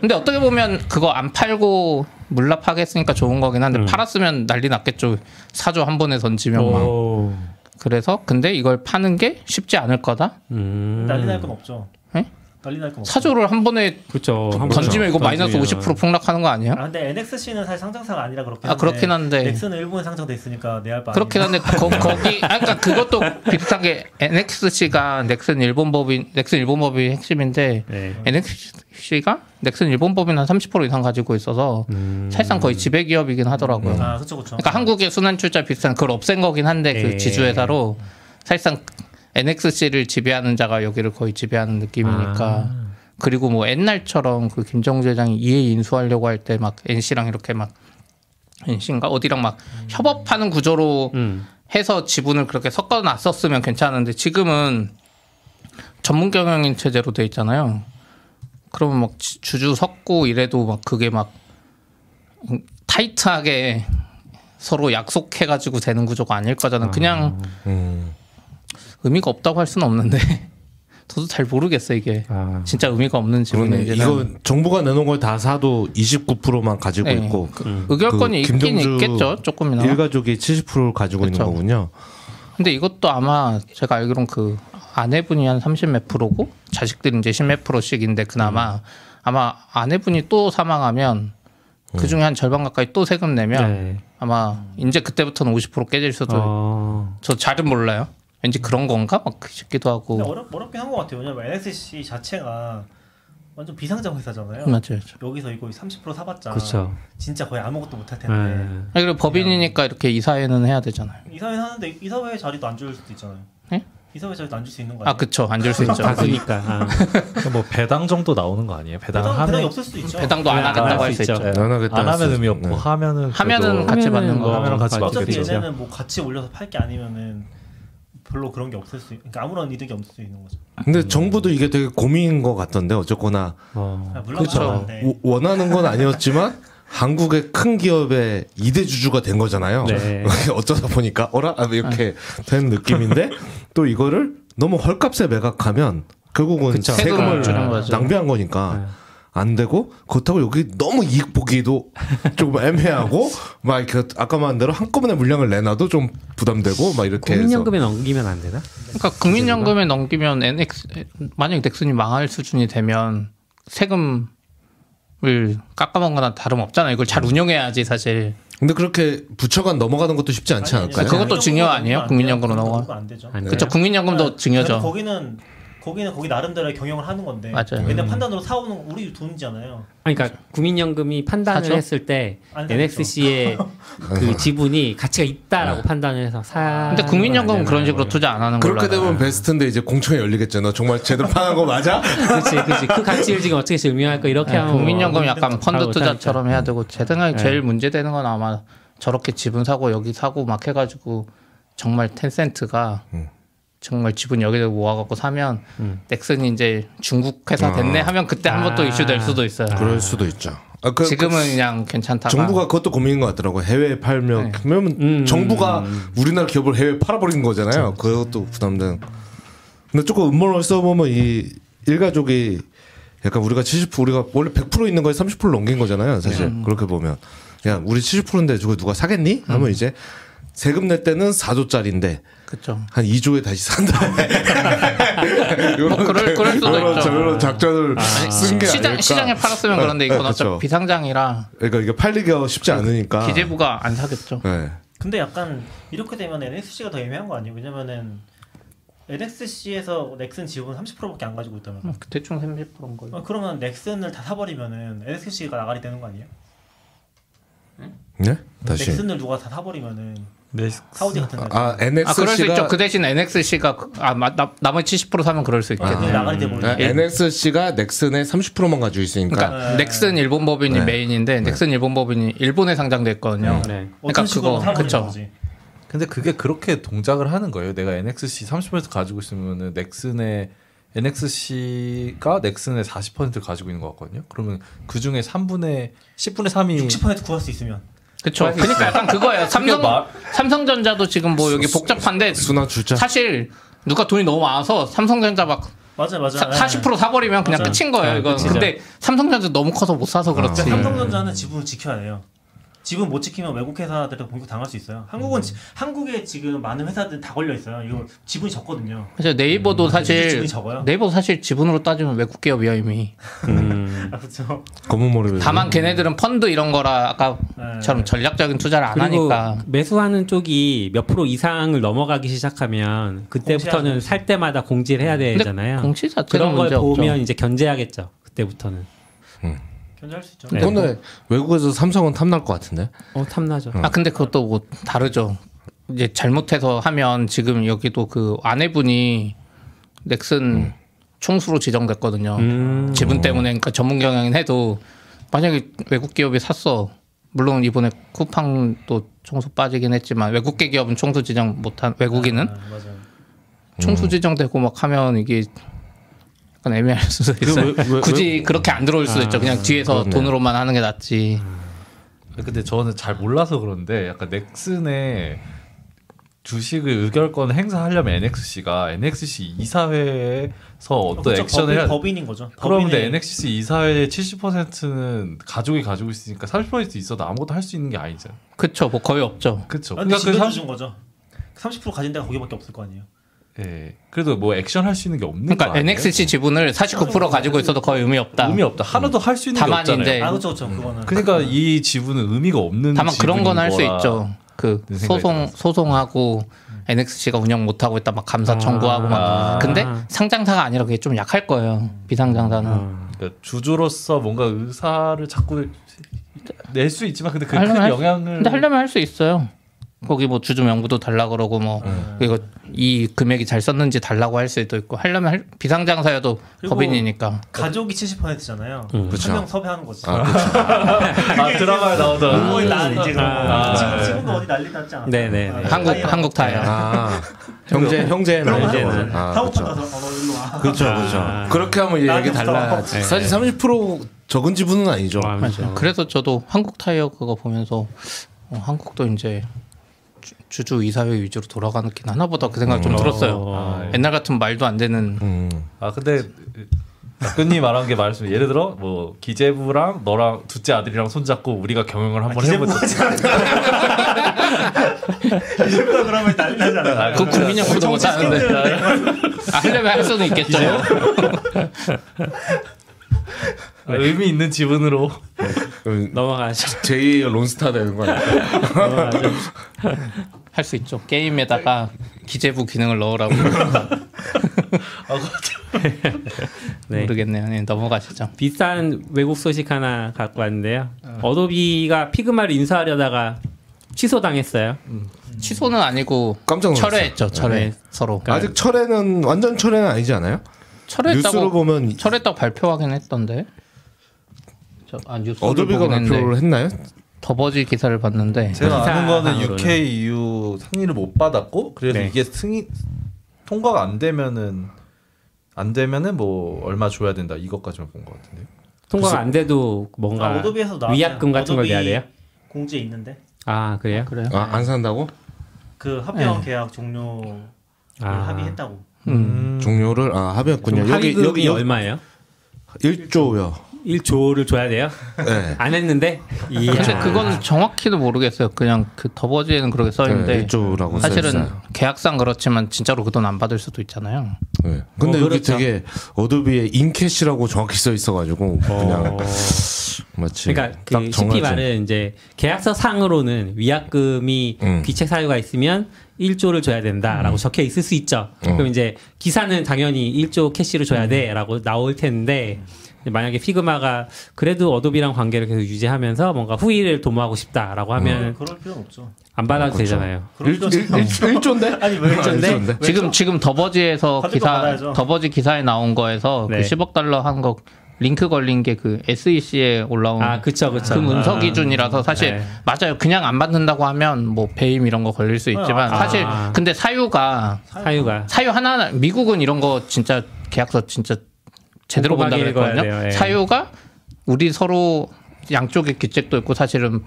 근데 어떻게 보면 그거 안 팔고 물납하겠으니까 좋은 거긴 한데 팔았으면 난리 났겠죠 사조 한 번에 던지면 막 오. 그래서 근데 이걸 파는 게 쉽지 않을 거다 음. 난리 날 건 없죠. 에? 난리 날 건 없죠. 사조를 어, 한 번에 그렇죠. 던지면 이거 마이너스 50% 폭락하는 거 아니에요? 아, 근데 NXC는 사실 상장사가 아니라 그렇긴 아, 한데. 그렇긴 한데. 넥슨은 일본에 상장돼 있으니까 내할 바. 그렇긴 한데 거, 기 아까 그러니까 그것도 비슷한 게 NXC가 넥슨 일본 법인 넥슨 일본 법이 핵심인데 네. NXC가 넥슨 일본 법인 한 30% 이상 가지고 있어서 사실상 거의 지배 기업이긴 하더라고요. 아, 그렇죠, 그렇죠. 그러니까 한국의 순환출자 비슷한 그걸 없앤 거긴 한데 예. 그 지주회사로 사실상 NXC를 지배하는 자가 여기를 거의 지배하는 느낌이니까 아. 그리고 뭐 옛날처럼 그 김정주 회장이 이해 인수하려고 할 때 막 NC랑 이렇게 막 NC인가 어디랑 막 협업하는 구조로 음. 해서 지분을 그렇게 섞어 놨었으면 괜찮은데 지금은 전문 경영인 체제로 돼 있잖아요. 그러면 막 지- 주주 섞고 이래도 막 그게 막 음, 타이트하게 서로 약속해가지고 되는 구조가 아닐 거잖아. 그냥 음, 의미가 없다고 할 수는 없는데 저도 잘 모르겠어 요 이게 아. 진짜 의미가 없는 그러네. 지분인지. 이거 정부가 내놓은 걸 다 사도 29%만 가지고 네. 있고 의결권이 그 있긴 김정주 있겠죠, 조금이나. 일가족이 70%를 가지고 있는 그쵸. 거군요. 근데 이것도 아마 제가 알기론 그 아내분이 한 30 몇 프로고 자식들이 이제 10 몇 프로씩인데 그나마 음. 아마 아내분이 또 사망하면 그 중에 한 절반 가까이 또 세금 내면 네. 아마 이제 그때부터는 50% 깨질 수도 어. 저 잘은 몰라요. 왠지 그런 건가 막 싶기도 근데 하고 어렵, 어렵긴 한 것 같아요. 왜냐면 NXC 자체가 완전 비상장 회사잖아요. 네, 맞아요. 여기서 이거 30% 사봤자 그렇죠. 진짜 거의 아무것도 못할 텐데 네. 아, 그리고 법인이니까 이렇게 이사회는 해야 되잖아요. 이사회 하는데 이사회 자리도 안 줄 수도 있잖아요. 네? 이사회 자리도 안 줄 수 있는 거 아 아니에요? 그쵸 안 줄 수 있죠. 다 쓰니까. 아. 뭐 배당 정도 나오는 거 아니에요? 배당 배당, 배당이 하면 없을 수도 있죠. 배당도 안 네, 하겠다고 안할 할 수 수 있죠. 있죠. 안 하겠다. 안 하면 의미 없고 네. 하면은 하면은 그래도 같이 받는 하면은 거. 하면은 같이 뭐 어차피 받겠죠. 얘네는 뭐 같이 올려서 팔 게 아니면은 별로 그런 게 없을 수, 그러니까 아무런 이득이 없을 수 있는 거죠. 근데 정부도 이게 되게 고민인 것 같던데 어쨌거나 어. 아, 물론 네. 그렇죠. 오- 원하는 건 아니었지만 한국의 큰 기업의 이대 주주가 된 거잖아요. 네. 어쩌다 보니까 어라 아, 이렇게 된 느낌인데 또 이거를 너무 헐값에 매각하면 결국은 그쵸. 세금을 세금을 주는 거죠. 네. 낭비한 거니까 안 되고 그렇다고 여기 너무 이익 보기도 좀 애매하고 막 이렇게 아까 말한 대로 한꺼번에 물량을 내놔도 좀 부담되고 막 이렇게 해서 국민연금에 넘기면 안 되나? 그러니까 국민연금에 넘기면 NX 만약 넥슨이 망할 수준이 되면 세금을 깎아먹는 거나 다름없잖아요. 이걸 잘 운영해야지 사실. 근데 그렇게 부처간 넘어가는 것도 쉽지 않지 않을까요? 네. 그것도 중요 아니에요? 국민연금으로 넘어가. 안 되죠. 아니, 그쵸 국민연금도 그러니까 증여죠. 거기는 거기는 거기 나름대로 경영을 하는 건데 맞아요. 음. 얘네 판단으로 사오는 우리 돈이잖아요. 아니, 그러니까 국민연금이 판단을 그렇죠. 사죠? 했을 때 안 사죠. NXC의 그 지분이 가치가 네. 있다라고 판단을 해서 사. 아, 근데 국민연금은 그런 식으로 투자 안 하는 걸로. 그렇게 알아요. 되면 베스트인데 이제 공청회 열리겠죠. 너 정말 제대로 파는 거 맞아? 그렇지, 그렇지. 그 가치를 지금 어떻게 증명할까 이렇게 네, 하면 국민연금 약간 바로 펀드 못하니까. 투자처럼 해야 되고 제 생각에 네. 제일 문제되는 건 아마 저렇게 지분 사고 여기 사고 막 해가지고 정말 텐센트가 정말 지분 여기서 모아갖고 사면 넥슨이 이제 중국 회사 됐네 하면 그때 한번 또 아. 이슈 될 수도 있어요. 그럴 수도 있죠. 아, 그, 지금은 그냥 괜찮다가 네. 음. 정부가 그것도 고민인 것 같더라고. 요 해외에 팔면 그러면 정부가 우리나라 기업을 해외에 팔아버린 거잖아요. 그렇죠. 그것도 부담되는. 근데 조금 음모론을 써보면 이 일가족이 약간 우리가 70% 우리가 원래 100% 있는 거에 30% 넘긴 거잖아요. 사실 음. 그렇게 보면 야 우리 70%인데 저거 누가 사겠니? 음. 하면 이제 세금 낼 때는 4조짜리인데 그쵸. 한 2조에 다시 산다. 뭐 그럴- 그럴 수도 이런 있죠. 아. 저런 작전을 쓴 게 시장 아닐까. 시장에 팔았으면 그런데 이건 네, 어차피 그렇죠. 비상장이라 그러니까 이게 팔리기가 쉽지 않으니까. 기재부가 안 사겠죠. 네. 근데 약간 이렇게 되면 NXC가 더 애매한 거 아니에요? 왜냐면은 NXC에서 넥슨 지분 30%밖에 안 가지고 있다면. 그 대충 30%인 아, 거예요. 어, 그러면 넥슨을 다 사버리면은 NXC가 나가리 되는 거 아니에요? 네? 다시. 넥슨을 누가 다 사버리면은 넥슨. 사우디 같은 데서 아 NXC가 아 그럴 수 있죠. 그 대신 NXC가 아 마- 나- 나머지 70% 사면 그럴 수 음. 있겠네. 네, 나가리 돼버리는 아, 거예요. NXC가 넥슨의 30%만 가지고 있으니까. 그러니까 네. 넥슨 일본 법인이 네. 메인인데 넥슨 일본 법인이 일본에 상장됐거든요. 네. 어떤 그러니까 식으로 그거, 사버리는 그쵸. 거지. 근데 그게 그렇게 동작을 하는 거예요. 내가 NXC 30% 가지고 있으면은 넥슨의 NXC가 넥슨의 40%를 가지고 있는 것 같거든요. 그러면 그 중에 3분의 10분의 3이 60% 구할 수 있으면. 그렇죠. 그러니까 약간 그거예요. 삼성 말- 삼성전자도 지금 뭐 여기 복잡한데 순화 주자. 사실 누가 돈이 너무 많아서 삼성전자 막 맞아 맞아. 예. 40% 사버리면 그냥 맞아. 끝인 거예요. 이건 끝이죠. 근데 삼성전자 너무 커서 못 아, 사서 아. 그렇지. 네. 그러니까 삼성전자는 지분을 지켜야 돼요. 지분 못 지키면 외국 회사들한테 공격 당할 수 있어요. 한국은 음. 지- 한국에 지금 많은 회사들 다 걸려 있어요. 이거 지분이 적거든요. 그래서 네이버도 아, 사실 음, 지분이 적어요. 네이버도 사실 지분으로 따지면 외국 기업이야 이미. 네. 아, 그렇죠. 검은 머리. 다만 걔네들은 펀드 이런 거라 아까처럼 네. 전략적인 투자를 안 그리고 하니까 매수하는 쪽이 몇 프로 이상을 넘어가기 시작하면 그때부터는 공시하는 살 때마다 공지를 해야 되잖아요. 네. 공시 자체는 그런 걸 문제 없죠. 보면 이제 견제하겠죠. 그때부터는. 견제할 수 있죠. 네. 오늘 외국에서 삼성은 탐날 것 같은데. 어 탐나죠. 네. 아 근데 그것도 뭐 다르죠. 이제 잘못해서 하면 지금 여기도 그 아내분이 넥슨 음. 총수로 지정됐거든요. 지분 때문에 그러니까 전문 경영인 해도 만약에 외국 기업이 샀어. 물론 이번에 쿠팡도 총수 빠지긴 했지만 외국계 기업은 총수 지정 못한 외국인은 아, 맞아요. 음. 총수 지정되고 막 하면 이게 약간 애매할 수도 그 있어요. 굳이 그렇게 안 들어올 수도 있죠. 아, 그냥 뒤에서 그렇네요. 돈으로만 하는 게 낫지. 근데 저는 잘 몰라서 그런데 약간 넥슨의 주식을 의결권 행사하려면 NXC가 NXC 이사회에서 어떤 그렇죠. 액션을 해야 법인, 법인인 거죠. 그런데 법인의- NXC 이사회의 70%는 가족이 가지고 있으니까 30% 있어도 아무것도 할 수 있는 게 아니잖아. 그쵸, 뭐 거의 없죠. 그렇죠. 아니, 그러니까 그 지분 30, 준 거죠. 30% 가진 데가 거기밖에 없을 거 아니에요. 예. 그래도 뭐 액션 할 수 있는 게 없는 거 그러니까 아니에요? NXC 지분을 49% 가지고 있어도 거의 의미 없다. 의미 없다. 하나도 할 수 있는 게 다만 없잖아요. 이제 아 그렇죠 그렇죠 그거는. 그러니까 이 지분은 의미가 없는 음. 다만 그런 건 할 수 지분인 거라. 있죠. 그 네, 생각이 소송 소송하고 NXC가 운영 못 하고 있다 막 감사 청구하고 막 아. 근데 상장사가 아니라 그게 좀 약할 거예요. 비상장사는. 어. 그러니까 주주로서 뭔가 의사를 자꾸 낼 수 있지만 근데 그 하려면 큰 할 수- 영향을 근데 하려면 할 수 있어요. 거기 뭐 주주 명부도 달라 그러고 뭐 이거 이 금액이 잘 썼는지 달라고 할 수도 있고 하려면 할- 비상장사여도 그리고 법인이니까. 가족이 70%잖아요. 음, 그렇죠. 그쵸. 한명 섭외하는 거지. 아, 아 드라마에 나오던 거의 난 이제 그런 거. 아. 지금 지금도 어디 난리 났지 않아? 네네. 한국 타이어. 한국 타이어. 아 형제 형제는 그런 거 알죠. 하는 거지. 아, 사고 그렇죠. 그쵸. 판가서 어, 너 일로 와. 그렇죠, 그렇죠. 아, 그렇게 하면 얘 얘기 나는 달라야지. 네. 사실 30% 적은 지분은 아니죠. 맞아. 그래서 저도 한국 타이어 그거 보면서 어, 한국도 이제 주- 주주 이사회 위주로 돌아가는 게 하나보다 그 생각이 좀 들었어요. 아, 예. 옛날 같은 말도 안 되는 아 근데 작가님 말한 게 말씀 예를 들어 뭐 기재부랑 너랑 둘째 아들이랑 손잡고 우리가 경영을 아, 아, 한번 해보자. 이제부터 그러면 난리 나잖아. 아, 그 네. 국민연금도 못 하는데 아, 하려면 할 수는 있겠죠. 네. 아, 의미 있는 지분으로 그럼 넘어가시죠. 제2의 론스타 되는 거 아니야? 할 수 있죠. 게임에다가 기재부 기능을 넣으라고. 네. 모르겠네요. 네, 넘어가시죠. 비싼 외국 소식 하나 갖고 왔는데요. 어도비가 피그마를 인수하려다가 취소당했어요. 취소는 아니고 깜짝 놀랐어요. 철회했죠. 철회 네. 서로. 아직 철회는 완전 철회는 아니지 않아요? 뉴스로 그러니까 철회했다고 보면 철회했다고 발표하긴 했던데. 저, 아 뉴스 어도비가 발표를 했나요? 더버지 기사를 봤는데 제가 아는 거는 이상으로는. UK EU 승인을 못 받았고 그래서 네. 이게 승인 통과가 안 되면은 안 되면은 뭐 얼마 줘야 된다 이것까지만 본 것 같은데. 통과가 안 돼도 뭔가 아, 어도비에서 나왔어요. 위약금 같은 걸 어도비 내야 돼요? 공지에 있는데 아 그래요? 그래요. 아, 안 산다고? 그 합병 계약 종료를 네. 아. 합의했다고. 종료를 아 합의했군요. 그럼 여기 할인금이 여기 음. 얼마예요? 1조요. 1조를 줘야 돼요? 네. 안 했는데? 이야. 근데 그거는 정확히도 모르겠어요. 그냥 그 더버지에는 그렇게 써 있는데 네, 1조라고 사실은 써있어요. 계약상 그렇지만 진짜로 그 돈 안 받을 수도 있잖아요. 네. 근데 어, 여기 그렇죠. 되게 어도비에 인캐시라고 정확히 써 있어가지고 그냥 마치 그러니까 딱 그 정하지. 쉽게 말은 이제 계약서 상으로는 위약금이 음. 귀책 사유가 있으면 1조를 줘야 된다라고 적혀 있을 수 있죠. 음. 그럼 이제 기사는 당연히 1조 캐시를 줘야 돼라고 나올 텐데 만약에 피그마가 그래도 어도비랑 관계를 계속 유지하면서 뭔가 후의를 도모하고 싶다라고 하면 네, 그럴 필요는 없죠. 안 받아도 음. 그렇죠. 되잖아요. 그럴 필요는 없죠. 1조인데? 아니 왜 일조인데? 그런데? 일조인데? 지금 지금 더버지에서 받을 거 기사 받아야죠. 더버지 기사에 나온 거에서 네. 그 10억 달러 한 거 링크 걸린 게 그 SEC에 올라온 아, 그쵸, 그쵸. 그 문서 기준이라서 사실 네. 맞아요. 그냥 안 받는다고 하면 뭐 배임 이런 거 걸릴 수 있지만 아. 사실 근데 사유가 사유가. 사유 하나 미국은 이런 거 진짜 계약서 진짜 제대로 본다 꼼꼼하게 읽어야 그랬거든요. 돼요, 예. 사유가 우리 서로 양쪽에 귀책도 있고 사실은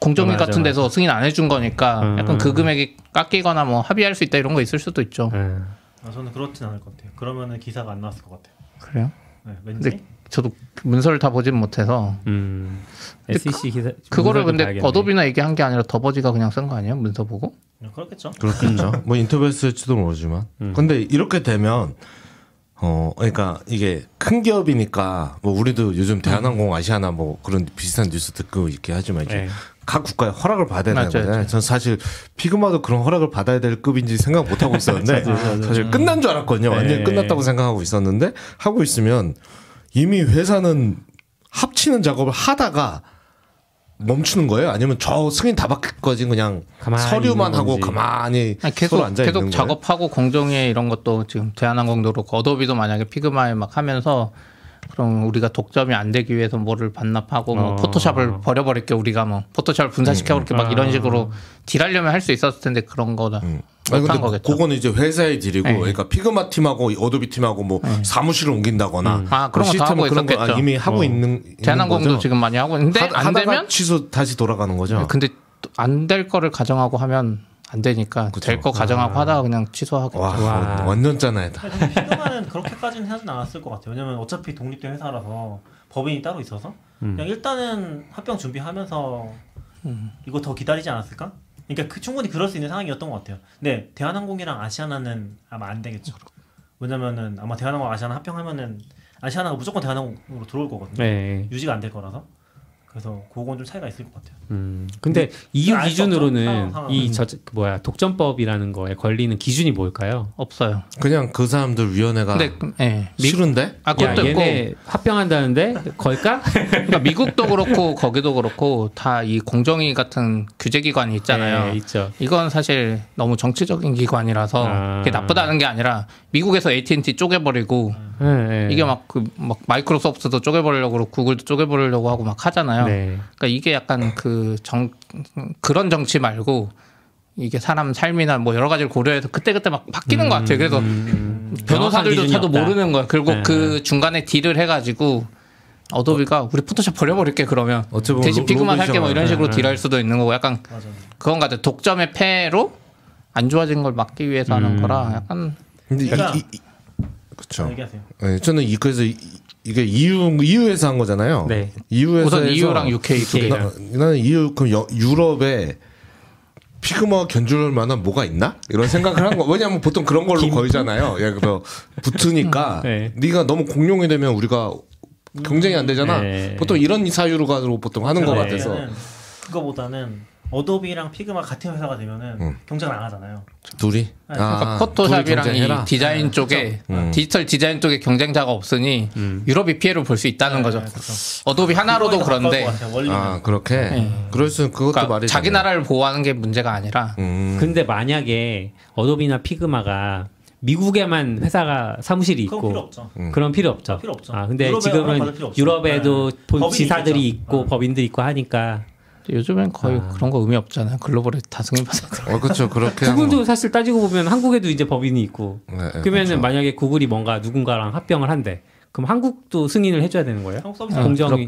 공정위 맞아, 같은 데서 승인 안 해준 거니까 음, 약간 그 음. 금액이 깎이거나 뭐 합의할 수 있다 이런 거 있을 수도 있죠. 음. 아, 저는 그렇진 않을 것 같아요. 그러면은 기사가 안 나왔을 것 같아요. 그래요? 네, 왠지. 근데 저도 그 문서를 다 보진 못해서 음. 근데 SEC 기사 그거를 문서도 근데 봐야겠네. 어도비나 얘기한 게 아니라 더버지가 그냥 쓴 거 아니에요? 문서 보고? 네, 그렇겠죠. 그렇겠죠. 뭐 인터뷰했을지도 모르지만. 근데 이렇게 되면 어 그러니까 이게 큰 기업이니까 뭐 우리도 요즘 대한항공 아시아나 뭐 그런 비슷한 뉴스 듣고 있게 하지만 이제 네. 각 국가의 허락을 받아야 되는 맞아요, 거잖아요. 전 사실 피그마도 그런 허락을 받아야 될 급인지 생각 못 하고 있었는데 사실 끝난 줄 알았거든요. 완전히 네. 끝났다고 생각하고 있었는데 하고 있으면 이미 회사는 합치는 작업을 하다가 멈추는 거예요? 아니면 저 승인 다 받기까지 그냥 가만히 서류만 있는 하고 건지. 가만히 아니, 서로 계속 앉아 계속 있는 거예요? 작업하고 공정위에 이런 것도 지금 대한항공도 그렇고 어도비도 만약에 피그마에 막 하면서 그럼 우리가 독점이 안 되기 위해서 뭐를 반납하고 뭐 어. 포토샵을 버려버릴게 우리가 뭐 포토샵 분사시켜 음. 그렇게 막 아. 이런 식으로 딜하려면 할 수 있었을 텐데 그런 거다 아니 못한 근데 거겠죠. 그거는 이제 회사의 딜이고 네. 그러니까 피그마 팀하고 어도비 팀하고 뭐 사무실을 옮긴다거나 뭐 아, 그런 거다 시스템은 하고 그런 거 있었겠죠. 이미 하고 있는 있는 대한항공도 거죠? 지금 많이 하고 있는데 하, 안 하다가 되면 네, 취소 다시 돌아가는 거죠. 근데 안 될 거를 가정하고 하면 안 되니까 그쵸. 아. 될 거 가정하고 하다가 그냥 취소하고 와, 와. 완전 짠하다. 근데 피그마는 그렇게까지는 하진 않았을 것 같아요. 왜냐면 어차피 독립된 회사라서 법인이 따로 있어서 음. 그냥 일단은 합병 준비하면서 이거 더 기다리지 않았을까? 그러니까 그 충분히 그럴 수 있는 상황이었던 것 같아요. 근데 대한항공이랑 아시아나는 아마 안 되겠죠. 왜냐면은 아마 대한항공 아시아나 합병하면은 아시아나가 무조건 대한항공으로 들어올 거거든요. 네. 유지가 안 될 거라서. 그래서 그건 좀 차이가 있을 것 같아요. 음. 근데 EU 네. 알수 없죠. 어, 음. 상황, 기준으로는 상황. 이 저그 뭐야 독점법이라는 거에 걸리는 기준이 뭘까요? 없어요. 그냥 그 사람들 위원회가 근데 예. 미, 싫은데? 아 야 그것도 있고 얘네 합병한다는데 걸까? 그러니까 미국도 그렇고 거기도 그렇고 다 이 공정위 같은 규제 기관이 있잖아요. 네, 있죠. 이건 사실 너무 정치적인 기관이라서 아. 그게 나쁘다는 게 아니라 미국에서 AT&T 쪼개버리고 음. 네, 네. 이게 막 그 막 마이크로소프트도 쪼개버리려고 그러고 구글도 쪼개버리려고 하고 막 하잖아요. 네. 그러니까 이게 약간 그 정 그런 정치 말고 이게 사람 삶이나 뭐 여러 가지를 고려해서 그때 그때 막 바뀌는 것 같아요. 그래서 음. 변호사들도 기준이 저도 없다. 모르는 거예요. 결국 네. 그 중간에 딜을 해가지고 어도비가 우리 포토샵 버려버릴게 그러면 어찌 보면 대신 로- 피그마 살게 뭐 로비잖아요. 이런 식으로 네, 딜할 수도 있는 거고 약간 맞아요. 그건 같아 요 독점의 패로 안 좋아진 걸 막기 위해서 하는 거라 약간 근데 이, 그러니까- 이, 이, 그렇죠. 얘기하세요. 네, 저는 이 그래서 이, 이게 EU EU에서 한 거잖아요. 네. EU에서 우선 EU랑 UK 두 개. 나, 나는 EU 그럼 여- 유럽에 피그마 견줄 만한 뭐가 있나 이런 생각을 한 거. 왜냐하면 보통 그런 걸로 거의잖아요. 예, 그래서 붙으니까 네. 네가 너무 공룡이 되면 우리가 경쟁이 안 되잖아. 네. 보통 이런 사유로 가지고 보통 하는 거 네. 제가 같아서. 얘기하는 그거보다는 어도비랑 피그마 같은 회사가 되면은 음. 경쟁을 안 하잖아요. 둘이 그러니까 아, 포토샵이랑 둘이 이 경쟁해라. 디자인 쪽에 음. 디지털 디자인 쪽에 경쟁자가 없으니 유럽이 피해를 볼 수 있다는 거죠. 네, 그렇죠. 어도비 하나로도 그거에 더 가까울 그런데 것 같아요, 원리는. 아 그렇게 그럴 수 그것도 그러니까 말이 자기 나라를 보호하는 게 문제가 아니라 음. 근데 만약에 어도비나 피그마가 미국에만 회사가 사무실이 그건 필요 있고 없죠. 음. 그런 필요 없죠. 필요 없죠. 아 근데 유럽에 허락받을 지금은 필요 없죠. 유럽에도 네. 본 법인이 지사들이 있겠죠. 있고 아. 법인들이 있고 하니까 요즘엔 거의 그런 거 의미 없잖아요. 글로벌에 다 승인받아. 어 그렇죠 그렇게 구글도 한번- 사실 따지고 보면 한국에도 이제 법인이 있고 네, 네, 그러면은 그렇죠. 만약에 구글이 뭔가 누군가랑 합병을 한대 그럼 한국도 승인을 해줘야 되는 거예요? 한국 서비스 공정위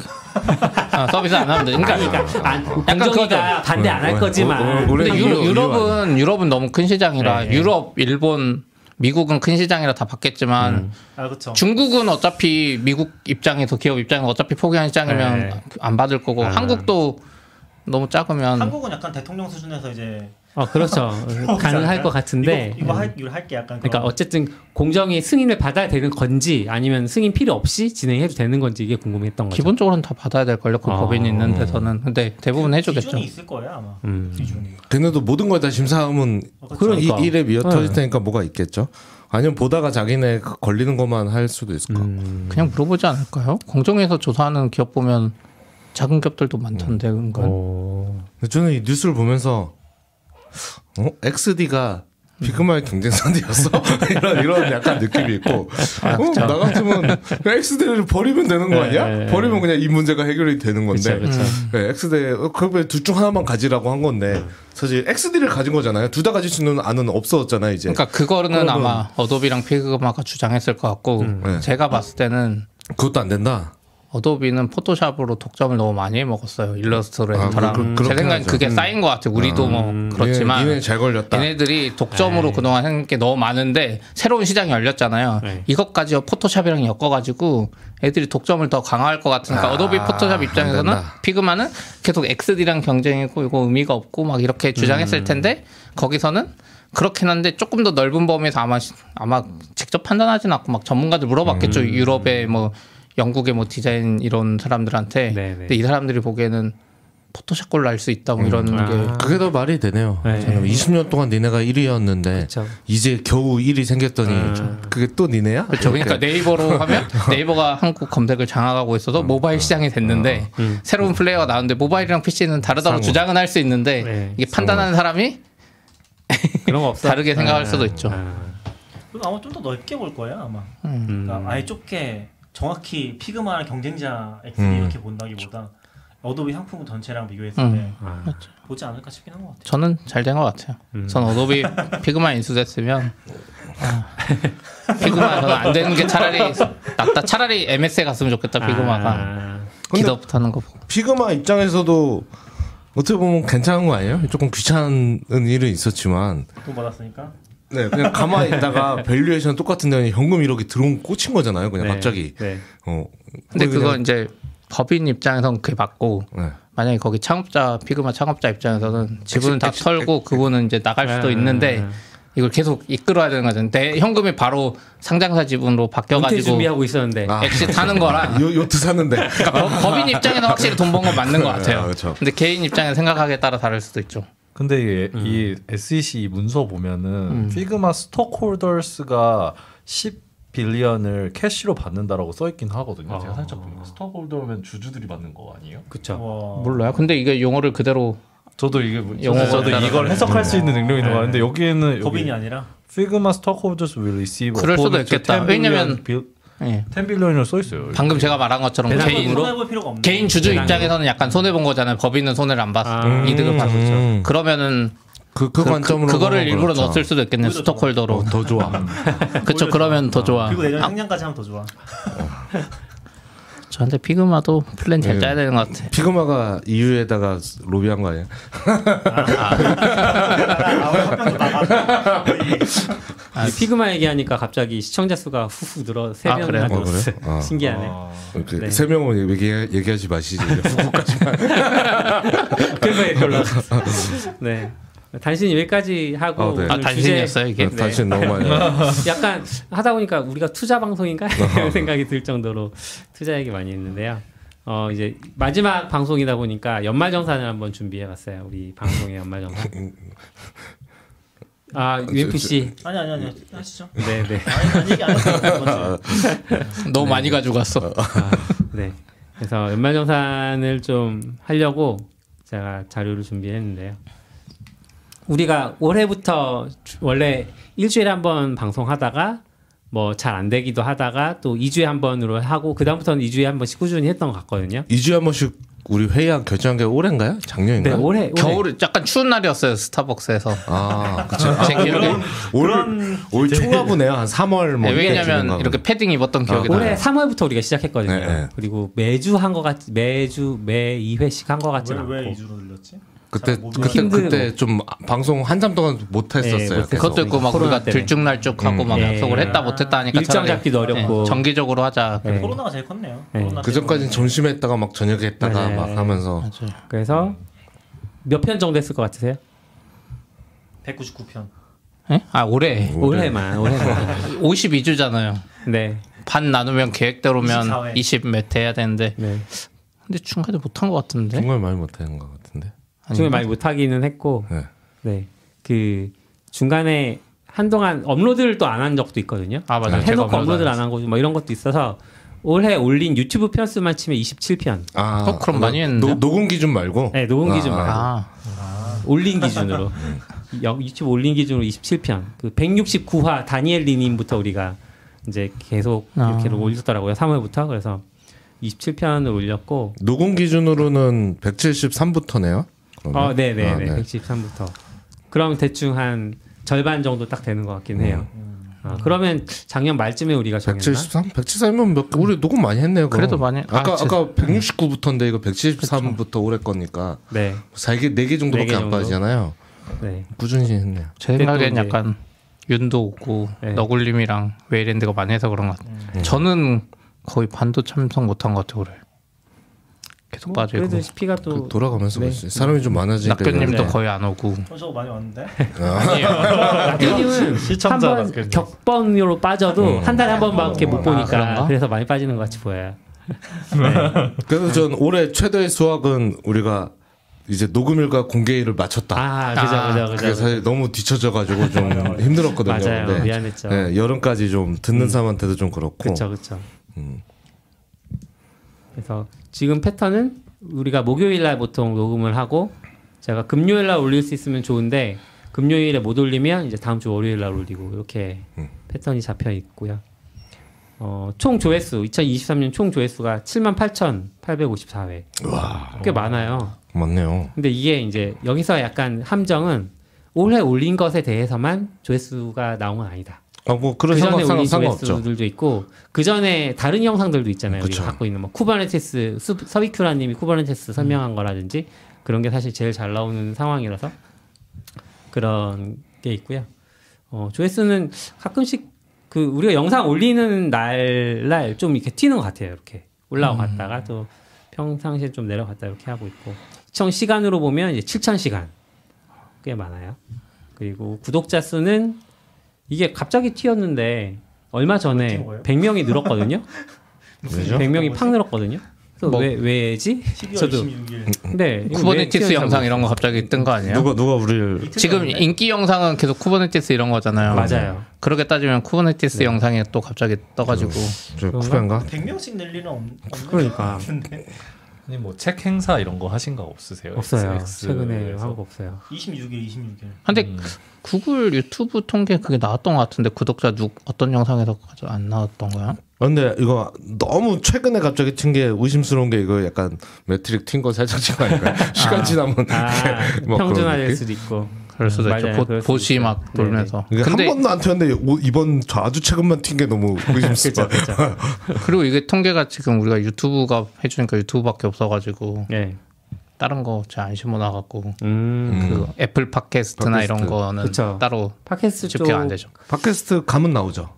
아, 서비스 안 하면 돼. 그러니까 어, 그러니까 안, 약간 공정위가 그거죠. 반대 안 어, 할 어, 거지만 어, 어, 원래 근데 이유- 유, 이유 아니에요? 유럽은 유럽은 너무 큰 시장이라 네. 유럽, 일본, 미국은 큰 시장이라 다 받겠지만 아 그렇죠. 중국은 어차피 미국 입장에서 기업 입장에서 어차피 포기한 시장이면 네. 안 받을 거고 아. 한국도 너무 작으면 한국은 약간 대통령 수준에서 이제 어 그렇죠 가능할 것 같은데 이거, 이거 할 이거 할게 약간 그러니까 그런- 어쨌든 공정위 승인을 받아야 되는 건지 아니면 승인 필요 없이 진행해도 되는 건지 이게 궁금했던 거죠. 기본적으로는 다 받아야 될 걸요. 그 아. 법인이 있는 데서는 근데 그 대부분 해주겠죠. 기준이 있을 거예요 아마 음. 기준이. 걔네도 모든 걸 다 심사하면 어, 그렇죠. 이 그러니까. 일에 미어 터질 테니까 뭐가 있겠죠. 아니면 보다가 자기네 그 걸리는 것만 할 수도 있을 거. 음. 고 그냥 물어보지 않을까요? 공정에서 조사하는 기업 보면 작은 기업들도 많던데 은근. 어. 근데 저는 이 뉴스를 보면서 어? XD가 비그마의 경쟁사들이었어 이런 이런 약간 느낌이 있고 어, 나 같으면 그냥 XD를 버리면 되는 거 아니야? 아, 네. 버리면 그냥 이 문제가 해결이 되는 건데 그쵸, 그쵸. 네, XD 어, 그러면 둘중 하나만 가지라고 한 네. 건데 사실 XD를 가진 거잖아요. 둘 다 가질 수 있는 안은 없어졌잖아요 이제. 그러니까 그거는 아마 어도비랑 피그마가 주장했을 것 같고 네. 제가 봤을 때는 그것도 안 된다. 어도비는 포토샵으로 독점을 너무 많이 해 먹었어요 일러스트레이터랑 아, 그- 그- 제 그렇긴 생각엔 하죠. 예, 그게 음. 쌓인 것 같아요 우리도 뭐 그렇지만 얘네, 얘네 음. 잘 걸렸다. 얘네들이 독점으로 그동안 한 게 너무 많은데 새로운 시장이 열렸잖아요. 네. 이것까지 포토샵이랑 엮어가지고 애들이 독점을 더 강화할 것 같으니까 아, 어도비 포토샵 입장에서는 안 된다. 피그마는 계속 XD랑 경쟁이고 이거 의미가 없고 막 이렇게 음. 주장했을 텐데 거기서는 그렇긴 한데 조금 더 넓은 범위에서 아마 시- 아마 직접 판단하진 않고 막 음. 전문가들 물어봤겠죠 유럽의 뭐 영국의 뭐 디자인 이런 사람들한테 네네. 근데 이 사람들이 보기에는 포토샵 걸로 알 수 있다 뭐 이런 음. 게 아. 그게 더 말이 되네요. 네. 저는 20년 동안 니네가 1위였는데 그렇죠. 그쵸. 이제 겨우 1위 생겼더니 그게 또 니네야? 네. 그렇죠. 그러니까 이렇게. 네이버로 하면 네이버가 한국 검색을 장악하고 음. 있어서 모바일 시장이 됐는데 새로운 플레이어가 나오는데 모바일이랑 PC는 다르다고 상호. 주장은 할 수 있는데 네. 이게 판단하는 사람이 그런 거 없어. 다르게 생각할 수도 있죠. 아. 그럼 아마 좀 더 넓게 볼 거예요 아마. 그러니까 아예 좁게 정확히 피그마나 경쟁자 엑스 음. 이렇게 본다기보다 어도비 상품 전체랑 비교했을 음. 때 아. 보지 않을까 싶긴 한 것 같아요. 저는 잘 된 것 같아요. 음. 전 어도비 피그마 인수됐으면 아, 피그마 저는 안 되는 게 차라리 낫다. 차라리 MS에 갔으면 좋겠다. 피그마가 아. 네. 기업 하는 거 보고. 피그마 입장에서도 어떻게 보면 괜찮은 거 아니에요? 조금 귀찮은 일은 있었지만 돈 받았으니까. 네, 그냥 가만히 네. 있다가 밸류에이션 똑같은 데 현금 1억이 들어온 꽂힌 거잖아요. 그냥 네. 갑자기. 네. 어. 근데 그냥- 그건 이제 법인 입장에선 그게 맞고 네. 아, 만약에 거기 창업자 피그마 창업자 입장에서는 지분은 다 털고 그분은 이제 나갈 수도 네. 아, 있는데 아, 아. 이걸 계속 이끌어야 되는 거죠. 내 현금이 바로 상장사 지분으로 은퇴 바뀌어가지고 준비하고 있었는데 아. 엑시 하는 거랑 요, 요트 샀는데. 그러니까 법- 법인 입장에서 확실히 돈 번 건 맞는 것 아, 같아요. 그렇죠. 근데 개인 입장에 생각하기에 따라 다를 수도 있죠. 근데 이게 이 SEC 문서 보면은 피그마 스톡홀더스가 10 빌리언을 캐시로 받는다라고 써 있긴 하거든요. 제가 살짝 보니까 스톡홀더면 주주들이 받는 거 아니에요? 그쵸. 어. 와. 몰라요. 근데 이게 용어를 그대로 저도 이게 뭐- 영어로 저도 따라가는 이걸 해석할 수 있는 능력이 너무 많은데 여기에는 법인이 아니라 피그마 스톡홀더스 will receive 그럴 수도 opponent to 있겠다. 10 왜냐면- 빌- 예. 10 빌리언을 써 있어요. 방금 제가 말한 것처럼 배당금으로? 개인 개인으로? 해볼 필요가 없네. 개인 주주 배당금. 입장에서는 약간 손해 본 거잖아요. 법인은 손해를 안 봤어, 아. 이득을 봤어. 음. 그러면은 그, 그, 관점으로. 그, 거를 보면 일부러 그렇죠. 넣었을 수도 있겠네요. 오히려 스톡홀더로. 어, 더 좋아. 그쵸 그러면 더 좋아. 그리고 내년 아, 상장까지 하면 더 좋아. 저한테 피그마도 플랜 잘 네. 짜야 되는 것 같아. 피그마가 EU에다가 로비한 거 아니야? 이 피그마 얘기하니까 갑자기 시청자 수가 후후 늘어 세 아, 명이 그래요? 어, 늘었어. 그래요? 아. 신기하네. 이렇게 세 명은 얘기, 얘기하지 마시지. 그래서 이렇게 올라갔어. 네. 단신 여기까지 하고 어, 네. 오늘 아 단신이었어요 이게. 네. 당신 너무 많이. 약간 하다 보니까 우리가 투자 방송인가 이런 생각이 들 정도로 투자 얘기 많이 했는데요. 어 이제 마지막 방송이다 보니까 연말정산을 한번 준비해봤어요. 우리 방송의 연말정산. 아 UMP 씨, 아니 아니 아니 하시죠. 네네. 아니 아니 얘기 안 했어요. 너무 네. 많이 가지고 갔어. 아, 네. 그래서 연말정산을 좀 하려고 제가 자료를 준비했는데요. 우리가 올해부터 주- 원래 일주일에 한 번 방송하다가 뭐 잘 안 되기도 하다가 또 2주에 한 번으로 하고 그다음부터는 2주에 한 번씩 꾸준히 했던 것 같거든요. 2주에 한 번씩 우리 회의한 결정한 게 올해인가요? 네, 작년인가요? 올해, 올해. 겨울에 약간 추운 날이었어요 스타벅스에서. 아, 그쵸. 제 기억에 올, 올 초가부네요. 한 3월 뭐. 네, 이때 왜냐면 기준인가 이렇게 패딩 입었던 기억이 아, 나요. 올해 3월부터 우리가 시작했거든요. 네, 네. 그리고 매주 한 것 같, 매주 매 2회씩 한 것 아, 같지는 않고. 왜왜 이주로 늘렸지? 그때 잘못 그, 힘들고. 그때 좀 방송 한참 동안 못 했었어요. 음. 네, 못 계속. 그것도 있고 막 코로나 우리가 때문에. 들쭉날쭉하고 막 예. 약속을 했다 못했다 하니까 일정 차라리 네, 잡기도 어렵고. 정기적으로 하자. 네. 코로나가 제일 컸네요. 네. 코로나 그 전까지는 점심에 했다가 막 저녁에 했다가 네. 막 하면서 그래서 몇 편 정도 했을 것 같으세요? 199편. 예? 아 올해 올해만, 올해만. 52주잖아요. 네, 반 나누면 계획대로면 24회. 20몇 해야 되는데 네. 근데 중간에 못한 것 같은데. 정말 많이 못 하는 것 같은데. 중에 많이 못하기는 했고 네. 네. 그 중간에 한동안 업로드를 또 안 한 적도 있거든요. 그러니까 아 맞아요. 제가 해놓고 업로드 업로드를 안 안 한 거죠. 뭐 이런 것도 있어서 올해 올린 유튜브 편수만 치면 27편. 아, 어, 그럼 많이 했는데? 노- 녹음 기준 말고. 네, 녹음 아, 기준 아. 말고 아 올린 기준으로 여- 유튜브 올린 기준으로 27편. 그 169화 다니엘 리님부터 우리가 이제 계속 아. 이렇게 올렸더라고요. 3월부터 그래서 27편을 올렸고. 녹음 기준으로는 173부터네요. 어, 네, 네, 네. 네. 113부터. 그럼 대충 한 절반 정도 딱 되는 것 음. 같긴 해요. 아, 그러면 작년 말쯤에 우리가 정했나? 173? 173이면 몇 개? 우리 녹음 많이 했네요. 그럼. 그래도 많이- 아, 아까 아, 제- 까 169부터인데 이거 173부터 올해 거니까 네, 4개 4개 정도밖에 네개 안 정도. 빠지잖아요. 네. 꾸준히 했네요. 제 그때 또 생각엔 이제- 약간 윤도 오고 네. 너굴림이랑 웨일랜드가 많이 해서 그런 것 같아요. 저는 거의 반도 참석 못한 것 같아요 올해. 계속 빠지고 뭐 네. 그래도 CP가 또 그 돌아가면서 볼 수 있어요. 사람이 좀 많아지니까 낙교님도 네. 이런- 거의 안 오고 어, 저거 많이 왔는데. 낙교님은 시청자 한번 낙교님. 격번으로 빠져도 음. 한 달에 한 번밖에 못 보니까 어, 아, 그런가? 그래서 많이 빠지는 것 같이 보여요. 그래서 전 올해 최대의 수확은 우리가 이제 녹음일과 공개일을 맞췄다. 아, 그죠, 아, 그죠, 그게 그죠. 사실 너무 뒤쳐져가지고 좀 힘들었거든요. 맞아요. 근데 미안했죠. 네, 여름까지 좀 듣는 사람한테도 좀 그렇고. 그렇죠, 그렇죠. 그래서 지금 패턴은 우리가 목요일 날 보통 녹음을 하고 제가 금요일 날 올릴 수 있으면 좋은데 금요일에 못 올리면 이제 다음 주 월요일 날 올리고 이렇게 패턴이 잡혀 있고요. 어, 총 조회수 2023년 총 조회수가 78,854회. 와, 꽤 많아요. 맞네요. 근데 이게 이제 여기서 약간 함정은 올해 올린 것에 대해서만 조회수가 나온 건 아니다. 아, 뭐 그 그런 전에 상관 올린 상관 상관없죠. 조회수들도 있고 그 전에 다른 영상들도 있잖아요. 그쵸. 우리가 갖고 있는 뭐 쿠버네티스 수- 서비큐라님이 쿠버네티스 음. 설명한 거라든지 그런 게 사실 제일 잘 나오는 상황이라서 그런 게 있고요. 어, 조회수는 가끔씩 그 우리가 영상 올리는 날날 좀 이렇게 튀는 것 같아요. 이렇게 올라갔다가 음. 또 평상시에 좀 내려갔다 이렇게 하고 있고 시청 시간으로 보면 이제 7천 시간 꽤 많아요. 그리고 구독자 수는 이게 갑자기 튀었는데 얼마 전에 튀는 거예요? 100명이 늘었거든요. 무슨 100명이 팍 늘었거든요. 그래서 뭐- 왜 왜지? 12월 저도 26일. 네 이거 왜 쿠버네티스 튀었는지 영상 이런 거 갑자기 뜬 거 아니에요? 누가 누가 우리를 지금 인기 영상은 계속 쿠버네티스 이런 거잖아요. 맞아요. 그렇게 따지면 쿠버네티스 영상이 또 갑자기 떠가지고 저 그런가? 쿠페인가? 100명씩 늘 일은 없, 없는 그러니까. 것 같은데. 아니 뭐 책 행사 이런 거 하신 거 없으세요? 없어요. XX 에서? 최근에 한 거 없어요. 26일, 26일. 근데 구글 유튜브 통계 그게 나왔던 것 같은데 구독자 누 어떤 영상에서 가져- 안 나왔던 거야? 아, 근데 이거 너무 최근에 갑자기 튄 게 의심스러운 게 이거 약간 매트릭 튄 거 살짝 찍은 아닌가? 시간 지나면 아, 뭐 그런 평준화될 느낌? 수도 있고. 그럴 수도 맞아요. 그럴 있죠. 보, 수도 네, 보시 있어요. 막 돌면서. 이게 근데 한 번도 안 튀었는데 오- 이번 저 아주 최근만 튄 게 너무 의심스러워. 그리고 이게 통계가 지금 우리가 유튜브가 해주니까 유튜브밖에 없어가지고 네. 다른 거 잘 안 심어놔갖고 음. 그 애플 팟캐스트나 이런 팟캐스트. 거는 그쵸. 따로 팟캐스트 쪽 집계 안 되죠. 팟캐스트 감은 나오죠.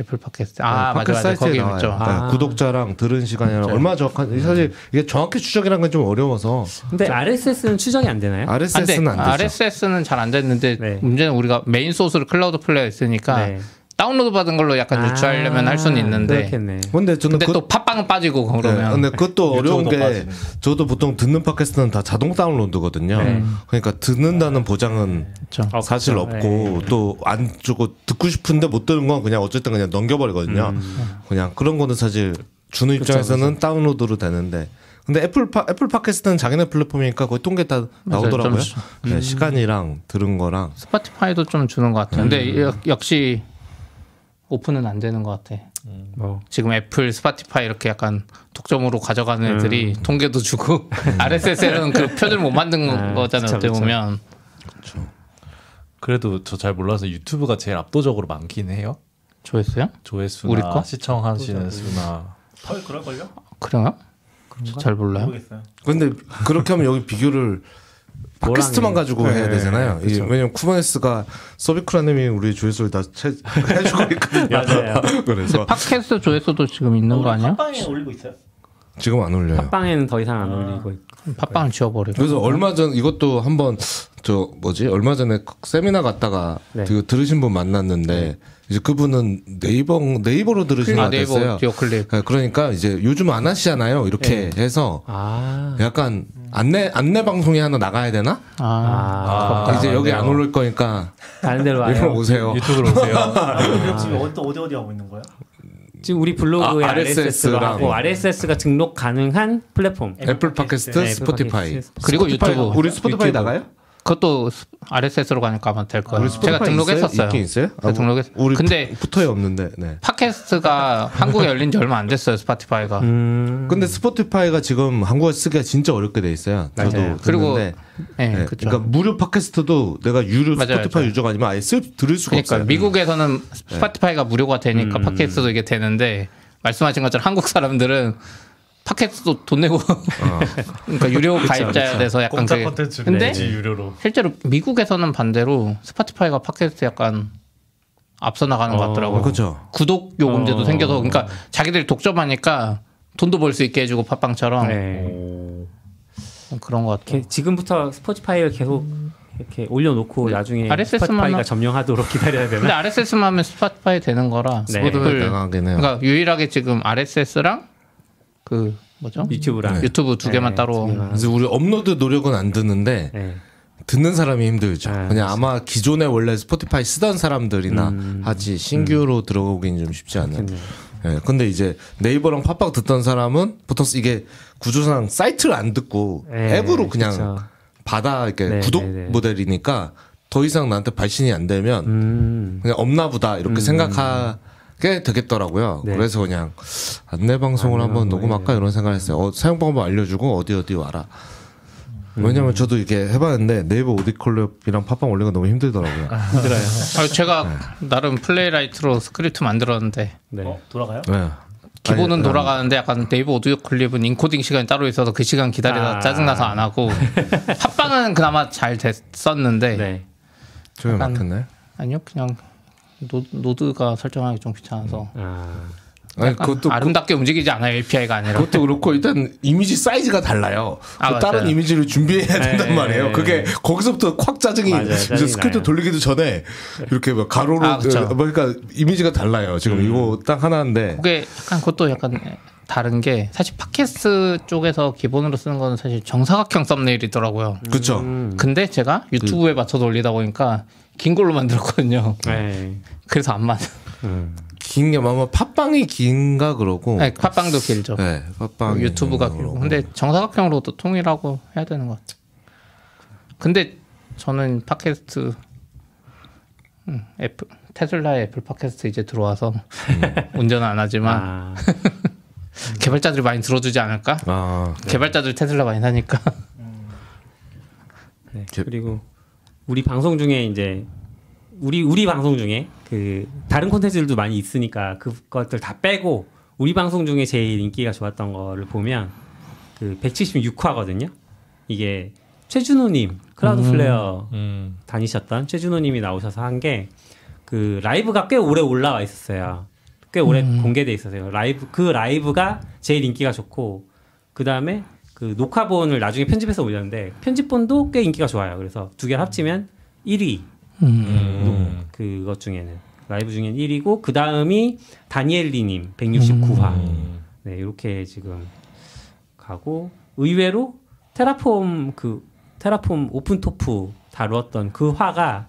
애플 팟캐스트 아 네, 맞아 맞아 음. 거기 있죠. 네, 아. 구독자랑 들은 시간이랑 얼마 정확한 사실 이게 정확히 추적이라는 건 좀 어려워서 근데 RSS는 추정이 안 네? 되나요? 아, RSS는 안 되죠. RSS는 잘 안 됐는데 네. 문제는 우리가 메인 소스를 클라우드 플레이에 쓰니까 네. 아, 다운로드 받은 걸로 약간 유추하려면 할 수는 있는데 그렇겠네. 근데 저는 근데 그, 또 팟빵은 빠지고 네, 어, 그러면 근데 그것도 어려운 유튜브도 게 빠지네. 저도 보통 듣는 팟캐스트는 다 자동 다운로드거든요. 그러니까 듣는다는 보장은 네. 그쵸. 어, 사실 그쵸. 없고 네. 또 안 주고 듣고 싶은데 못 듣는 건 그냥 어쨌든 그냥 넘겨버리거든요. 음. 그냥 그런 거는 사실 주는 그렇죠, 입장에서는 다운로드로 되는데 근데 애플 파, 애플 팟캐스트는 자기네 플랫폼이니까 거의 통계 다 맞아요. 나오더라고요. 좀 음. 네, 시간이랑 들은 거랑 스포티파이도 좀 주는 것 같아요. 근데 여- 역시 오픈은 안 되는 것 같아. 뭐 지금 애플, 스포티파이 이렇게 약간 독점으로 음. 가져가는 애들이 통계도 주고 RSS는 그 표를 못 만든 아, 거잖아요. 그쵸, 어떻게 그쵸. 보면 그래도 저 잘 몰라서 유튜브가 제일 압도적으로 많긴 해요. 조회수요? 조회수나 우리 거? 시청하시는 수나 거의 그럴걸요? 그래요? 잘 몰라요. 모르겠어요. 근데 그렇게 하면 여기 비교를 팟캐스트만 뭐랑 가지고 해야 네, 되잖아요. 이게 그렇죠. 왜냐면 쿠버네스가 서비쿠라님이 우리 조회수를 다 채, 해주고 있거든요. 맞아요. 그래서 팟캐스트 조회수도 지금 있는 거 아니야? 어, 팟빵에 올리고 있어요. 지금 안 올려요. 팟빵에는 더 이상 아. 안 올리고 있고. 팟빵을 지워버리고. 그래서 얼마 전 이것도 한번 저 뭐지 얼마 전에 그 세미나 갔다가 네. 그 들으신 분 만났는데 이제 그분은 네이버 네이버로 들으신 것 아, 네이버 같았어요. 오디오 클립. 네, 그러니까 이제 요즘 안 하시잖아요. 이렇게 해서 네. 아. 약간 안내 안내 방송이 하나 나가야 되나? 아, 아. 이제 여기 안 올릴 거니까 다른 데로 일로 와요. 오세요. 유튜브로 오세요. 아, 그럼 지금 어디 어디 어디 하고 있는 거야? 지금 우리 블로그에 아, RSS로 RSS랑. 하고 RSS가 등록 가능한 플랫폼. 애플 팟캐스트, 네, 스포티파이. 팟캐스트. 그리고 유튜브. 어, 우리 스포티파이 아, 유튜브. 나가요? 그것도 RSS로 가니까 아마 될 거예요. 우리 제가 스포티파이 등록했었어요. 있어요? 있긴 있어요? 제가 등록했. 우리 근데 부- 붙어요 없는데. 네. 팟캐스트가 한국에 열린 지 얼마 안 됐어요. 스파티파이가. 음. 음. 근데 스포티파이가 지금 한국어 쓰기가 진짜 어렵게 돼 있어요. 저도 맞아요. 그리고 듣는데. 예, 네, 그쵸. 그러니까 무료 팟캐스트도 내가 유료 맞아요, 스포티파이 맞아요. 유저가 아니면 아예 쓸 들을 수가 그러니까 없어요. 음. 네. 미국에서는 스파티파이가 무료가 되니까 팟캐스트도 이게 되는데 말씀하신 것처럼 한국 사람들은 팟캐스트도 돈 내고 어. 그러니까 유료 가입자야 돼서 약간 공짜 그게 컨텐츠 근데 유료로. 실제로 미국에서는 반대로 스파티파이가 팟캐스트 약간 앞서 나가는 것 같더라고요. 그렇죠. 구독 요금제도 생겨서 그러니까 자기들이 독점하니까 돈도 벌 수 있게 해주고 팟빵처럼 네. 그런 것 같아요. 이렇게 지금부터 스포티파이를 계속 이렇게 올려놓고 나중에 RSS 만 스포티파이가 하나- 점령하도록 기다려야 근데 되나? RSS만 하면 스파티파이 되는 거라 네. 그거를 나가긴 해요. 그러니까 유일하게 지금 RSS랑 그 뭐죠? 유튜브랑. 유튜브 두 개만 네, 따로 두 개만. 그래서 우리 업로드 노력은 안 드는데 네. 듣는 사람이 힘들죠. 네, 그냥 아마 기존에 원래 스포티파이 쓰던 사람들이나 하지 신규로 들어오긴 좀 쉽지 않아요. 예, 근데 이제 네이버랑 팟빵 듣던 사람은 보통 이게 구조상 사이트를 안 듣고 네, 앱으로 그냥 그쵸. 받아 이렇게 네, 구독 네, 네. 모델이니까 더 이상 나한테 발신이 안 되면 음. 그냥 없나보다 이렇게 생각하게 되겠더라고요. 네. 그래서 그냥 안내 방송을 한번 방송을 녹음할까 이런 생각을 했어요. 어, 사용 방법 알려주고 어디 어디 와라. 왜냐면 저도 이게 해봤는데 네이버 오디클럽이랑 팟빵 올리는 거 너무 힘들더라고요. 힘들어요. 아, 제가 나름 플레이라이트로 스크립트 만들었는데 네. 어 돌아가요? 네. 기본은 아니, 돌아가는데 약간 네이버 오디오 클립은 인코딩 시간이 따로 있어서 그 시간 기다리다 아. 짜증나서 안 하고 팟빵은 그나마 잘 됐었는데 네. 조용히 약간- 막혔나요? 아니요 그냥 노, 노드가 설정하기 좀 귀찮아서 아. 아니 그것도 아름답게 움직이지 않아요 API가 아니라 그것도 그렇고 일단 이미지 사이즈가 달라요. 아, 그 다른 맞아요. 이미지를 준비해야 된단 네, 말이에요. 네, 그게 거기서부터 확 짜증이 맞아요, 이제 짜증이 스크립트 나요. 돌리기도 전에 이렇게 막 가로로 아, 그쵸. 음. 어, 그러니까 이미지가 달라요. 지금 이거 딱 하나인데 그게 약간 그것도 약간 다른 게 사실 팟캐스트 쪽에서 기본으로 쓰는 거는 사실 정사각형 썸네일이더라고요. 그렇죠. 근데 제가 유튜브에 맞춰서 올리다 보니까 긴 걸로 만들었거든요. 네. 그래서 안 맞아. 긴게 아마 팟빵이 긴가 그러고. 네, 팟빵도 길죠. 어. 네, 팟빵 유튜브가 길고. 근데 정사각형으로도 통일하고 해야 되는 것 같아요. 근데 저는 팟캐스트 음, 애플 테슬라의 애플 팟캐스트 이제 들어와서 음. 운전은 안 하지만 아. 개발자들이 많이 들어주지 않을까? 아 개발자들 테슬라 많이 사니까. 네. 제- 그리고 우리 방송 중에 이제 우리 우리 방송 중에 그 다른 콘텐츠들도 많이 있으니까 그것들 다 빼고 우리 방송 중에 제일 인기가 좋았던 거를 보면 그 176화거든요. 이게 최준호님 클라우드 플레어 음. 다니셨던 최준호님이 나오셔서 한 게 그 라이브가 꽤 오래 올라와 있었어요. 꽤 오래 공개돼 있었어요. 라이브 그 라이브가 제일 인기가 좋고 그 다음에 그 녹화본을 나중에 편집해서 올렸는데 편집본도 꽤 인기가 좋아요. 그래서 두 개를 합치면 1위 음. 그것 중에는 라이브 중엔 1위고 그 다음이 다니엘리님 169화 음. 네 이렇게 지금 가고 의외로 테라폼 그 테라폼 오픈토프 다루었던 그 화가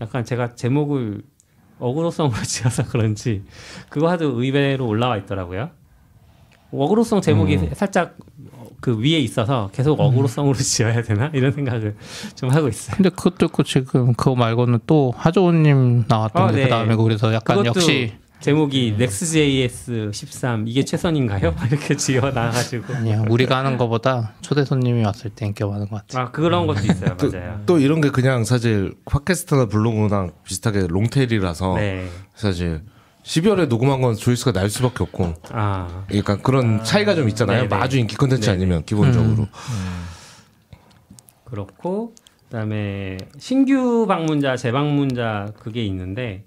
약간 제가 제목을 어그로성으로 지어서 그런지 그거 하도 의외로 올라와 있더라고요. 어그로성 제목이 음. 살짝 그 위에 있어서 계속 어그로성으로 지어야 되나 이런 생각을 좀 하고 있어요. 근데 그것도 있고 지금 그거 말고는 또 하조우님 나왔던 아, 게 네. 그다음에 그래서 약간 그것도 역시 음. 제목이 Next.js 13 이게 최선인가요? 이렇게 지어 나가지고 그냥 우리가 하는 거보다 초대 손님이 왔을 때 인기가 많은 것 같아요. 아 그런 것도 있어요, 맞아요. 또 이런 게 그냥 사실 팟캐스트나 블로그랑 비슷하게 롱테일이라서 네, 사실 12월에 녹음한 건 조회수가 날 수밖에 없고 아 약간 그런 차이가 좀 있잖아요. 네네. 음. 아주 인기 콘텐츠 아니면 기본적으로 그렇고 그다음에 신규 방문자, 재방문자 그게 있는데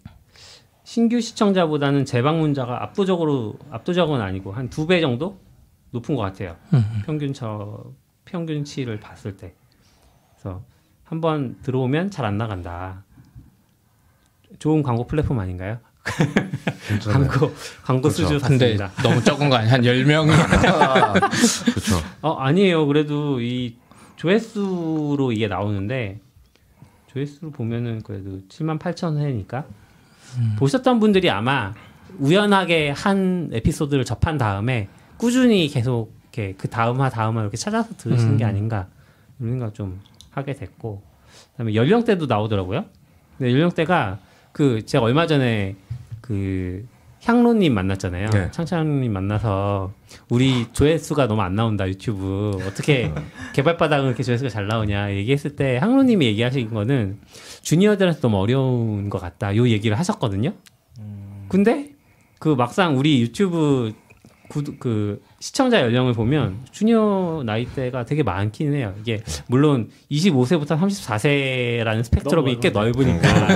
신규 시청자보다는 재방문자가 압도적으로 압도적은 아니고 한 두 배 정도 높은 것 같아요. 음. 평균 저 평균치를 봤을 때. 그래서 한번 들어오면 잘 안 나간다. 좋은 광고 플랫폼 아닌가요? 광고 광고 그렇죠. 수주 근데 봤습니다. 너무 적은 거 아니야? 한 10명이 그렇죠. 어 아니에요. 그래도 이 조회수로 이게 나오는데 조회수로 보면은 그래도 7만 8천 회니까 보셨던 분들이 아마 우연하게 한 에피소드를 접한 다음에 꾸준히 계속 이렇게 그 다음화 다음화 이렇게 찾아서 들으시는 게 아닌가 이런 생각 좀 하게 됐고 그다음에 연령대도 나오더라고요. 근데 연령대가 그 제가 얼마 전에 그 향로님 만났잖아요. 네. 창창님 만나서 우리 조회수가 너무 안 나온다 유튜브 어떻게 개발바닥은 이렇게 조회수가 잘 나오냐 얘기했을 때 항로님이 얘기하신 거는 주니어들한테 너무 어려운 것 같다 요 얘기를 하셨거든요. 근데 그 막상 우리 유튜브 구독 그 시청자 연령을 보면 주니어 나이대가 되게 많긴 해요. 이게 물론 25세부터 34세라는 스펙트럼이 너무 꽤 음, 넓으니까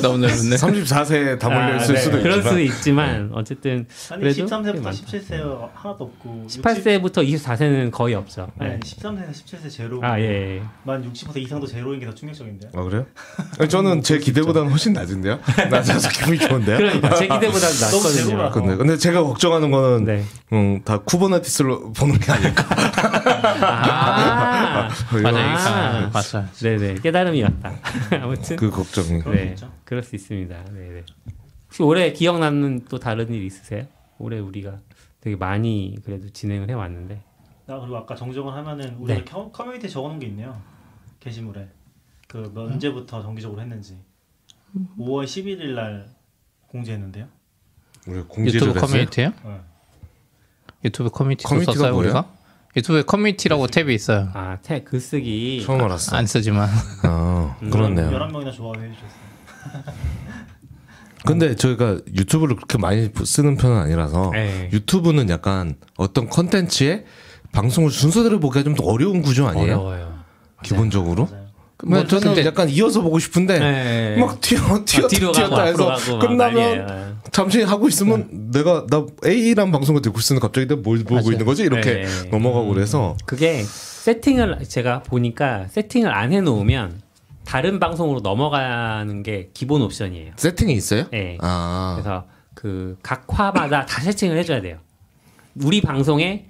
너무 넓은데. 34세에 다 몰려 있을 네. 아, 네. 수도 있지만 그럴 수도 있지만 어쨌든 아니 그래도 13세부터 많다. 17세 하나도 없고 18세부터 24세는 거의 없죠. 네. 네. 13세에서 17세 음. 제로고 아 예. 예. 만 60% 이상도 제로인 게 더 충격적인데요. 아 그래요? 아니, 저는 제 기대보다는 훨씬 낮은데요. 낮아서 기분이 좋은데요. 그러니까 제 기대보다 너무 제로라. 낫거든요. 근데, 근데 제가 걱정하는 거는 네. 음, 다 쿠버네티스로 보는 게 아닐까. 아, 맞아요. 아. 맞아요. 네네 깨달음이 왔다. 아무튼 그 걱정이. 그럴 수 네, 있죠. 그럴 수 있습니다. 네네. 혹시 올해 기억나는 또 다른 일 있으세요? 올해 우리가 되게 많이 그래도 진행을 해왔는데 나 그리고 아까 정정을 하면은 우리 네. 가 커뮤니티 에 적어놓은 게 있네요. 게시물에 그 음? 언제부터 정기적으로 했는지 5월 11일 날 공지했는데요. 우리 유튜브 공지를 했어요. 커뮤니티요? 어. 유튜브 커뮤니티 커뮤니티가 썼어요 뭐예요? 우리가? 유튜브에 커뮤니티라고 탭이 있어요. 아태 글쓰기 처음 알았어. 안 쓰지만 아, 음. 그렇네요. 11명이나 좋아해 주셨어요. 근데 저희가 유튜브를 그렇게 많이 쓰는 편은 아니라서 네. 유튜브는 약간 어떤 컨텐츠에 방송을 순서대로 보기가 좀 더 어려운 구조 아니에요? 어려워요. 기본적으로? 맞아요. 뭐 저는 근데- 약간 이어서 보고 싶은데 그 네. 막 튀어 튀어 아, 뒤로 튀었다 가고 앞으로 해서 가고 막 끝나면 난리예요. 네. 잠시 하고 있으면 내가 나 A란 방송을 듣고 있었는데 갑자기 내가 뭘 보고 있는 거지 이렇게 네. 넘어가고 그래서 그게 세팅을 제가 보니까 세팅을 안 해놓으면 다른 방송으로 넘어가는 게 기본 옵션이에요. 세팅이 있어요? 네. 아 그래서 그 각 화마다 다 세팅을 해줘야 돼요. 우리 방송에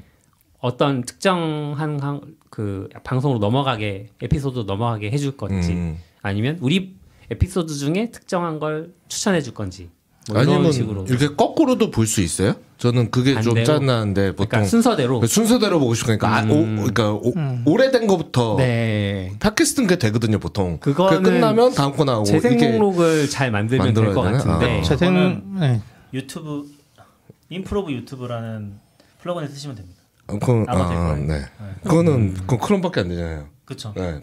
어떤 특정한 강- 그 방송으로 넘어가게 에피소드 넘어가게 해줄 건지 음. 아니면 우리 에피소드 중에 특정한 걸 추천해 줄 건지 뭐 아니면 이런 식으로 이렇게 거꾸로도 볼 수 있어요? 저는 그게 좀 반대로? 짠나는데 보통 그러니까 순서대로 음. 순서대로 보고 싶으니까 아, 오, 그러니까 오, 음. 오래된 거부터 네 팟캐스트는 게 되거든요 보통 그거는 그게 끝나면 다음 거 나오고 재생 이게 목록을 잘 만들면 될 만들어야 것 되나? 같은데 아. 재생 네. 유튜브 인프로브 유튜브라는 플러그인을 쓰시면 됩니다. 어, 그건 아마 될 아, 거예요. 네. 그거는 음. 그 크롬밖에 안 되잖아요. 그렇죠. 네.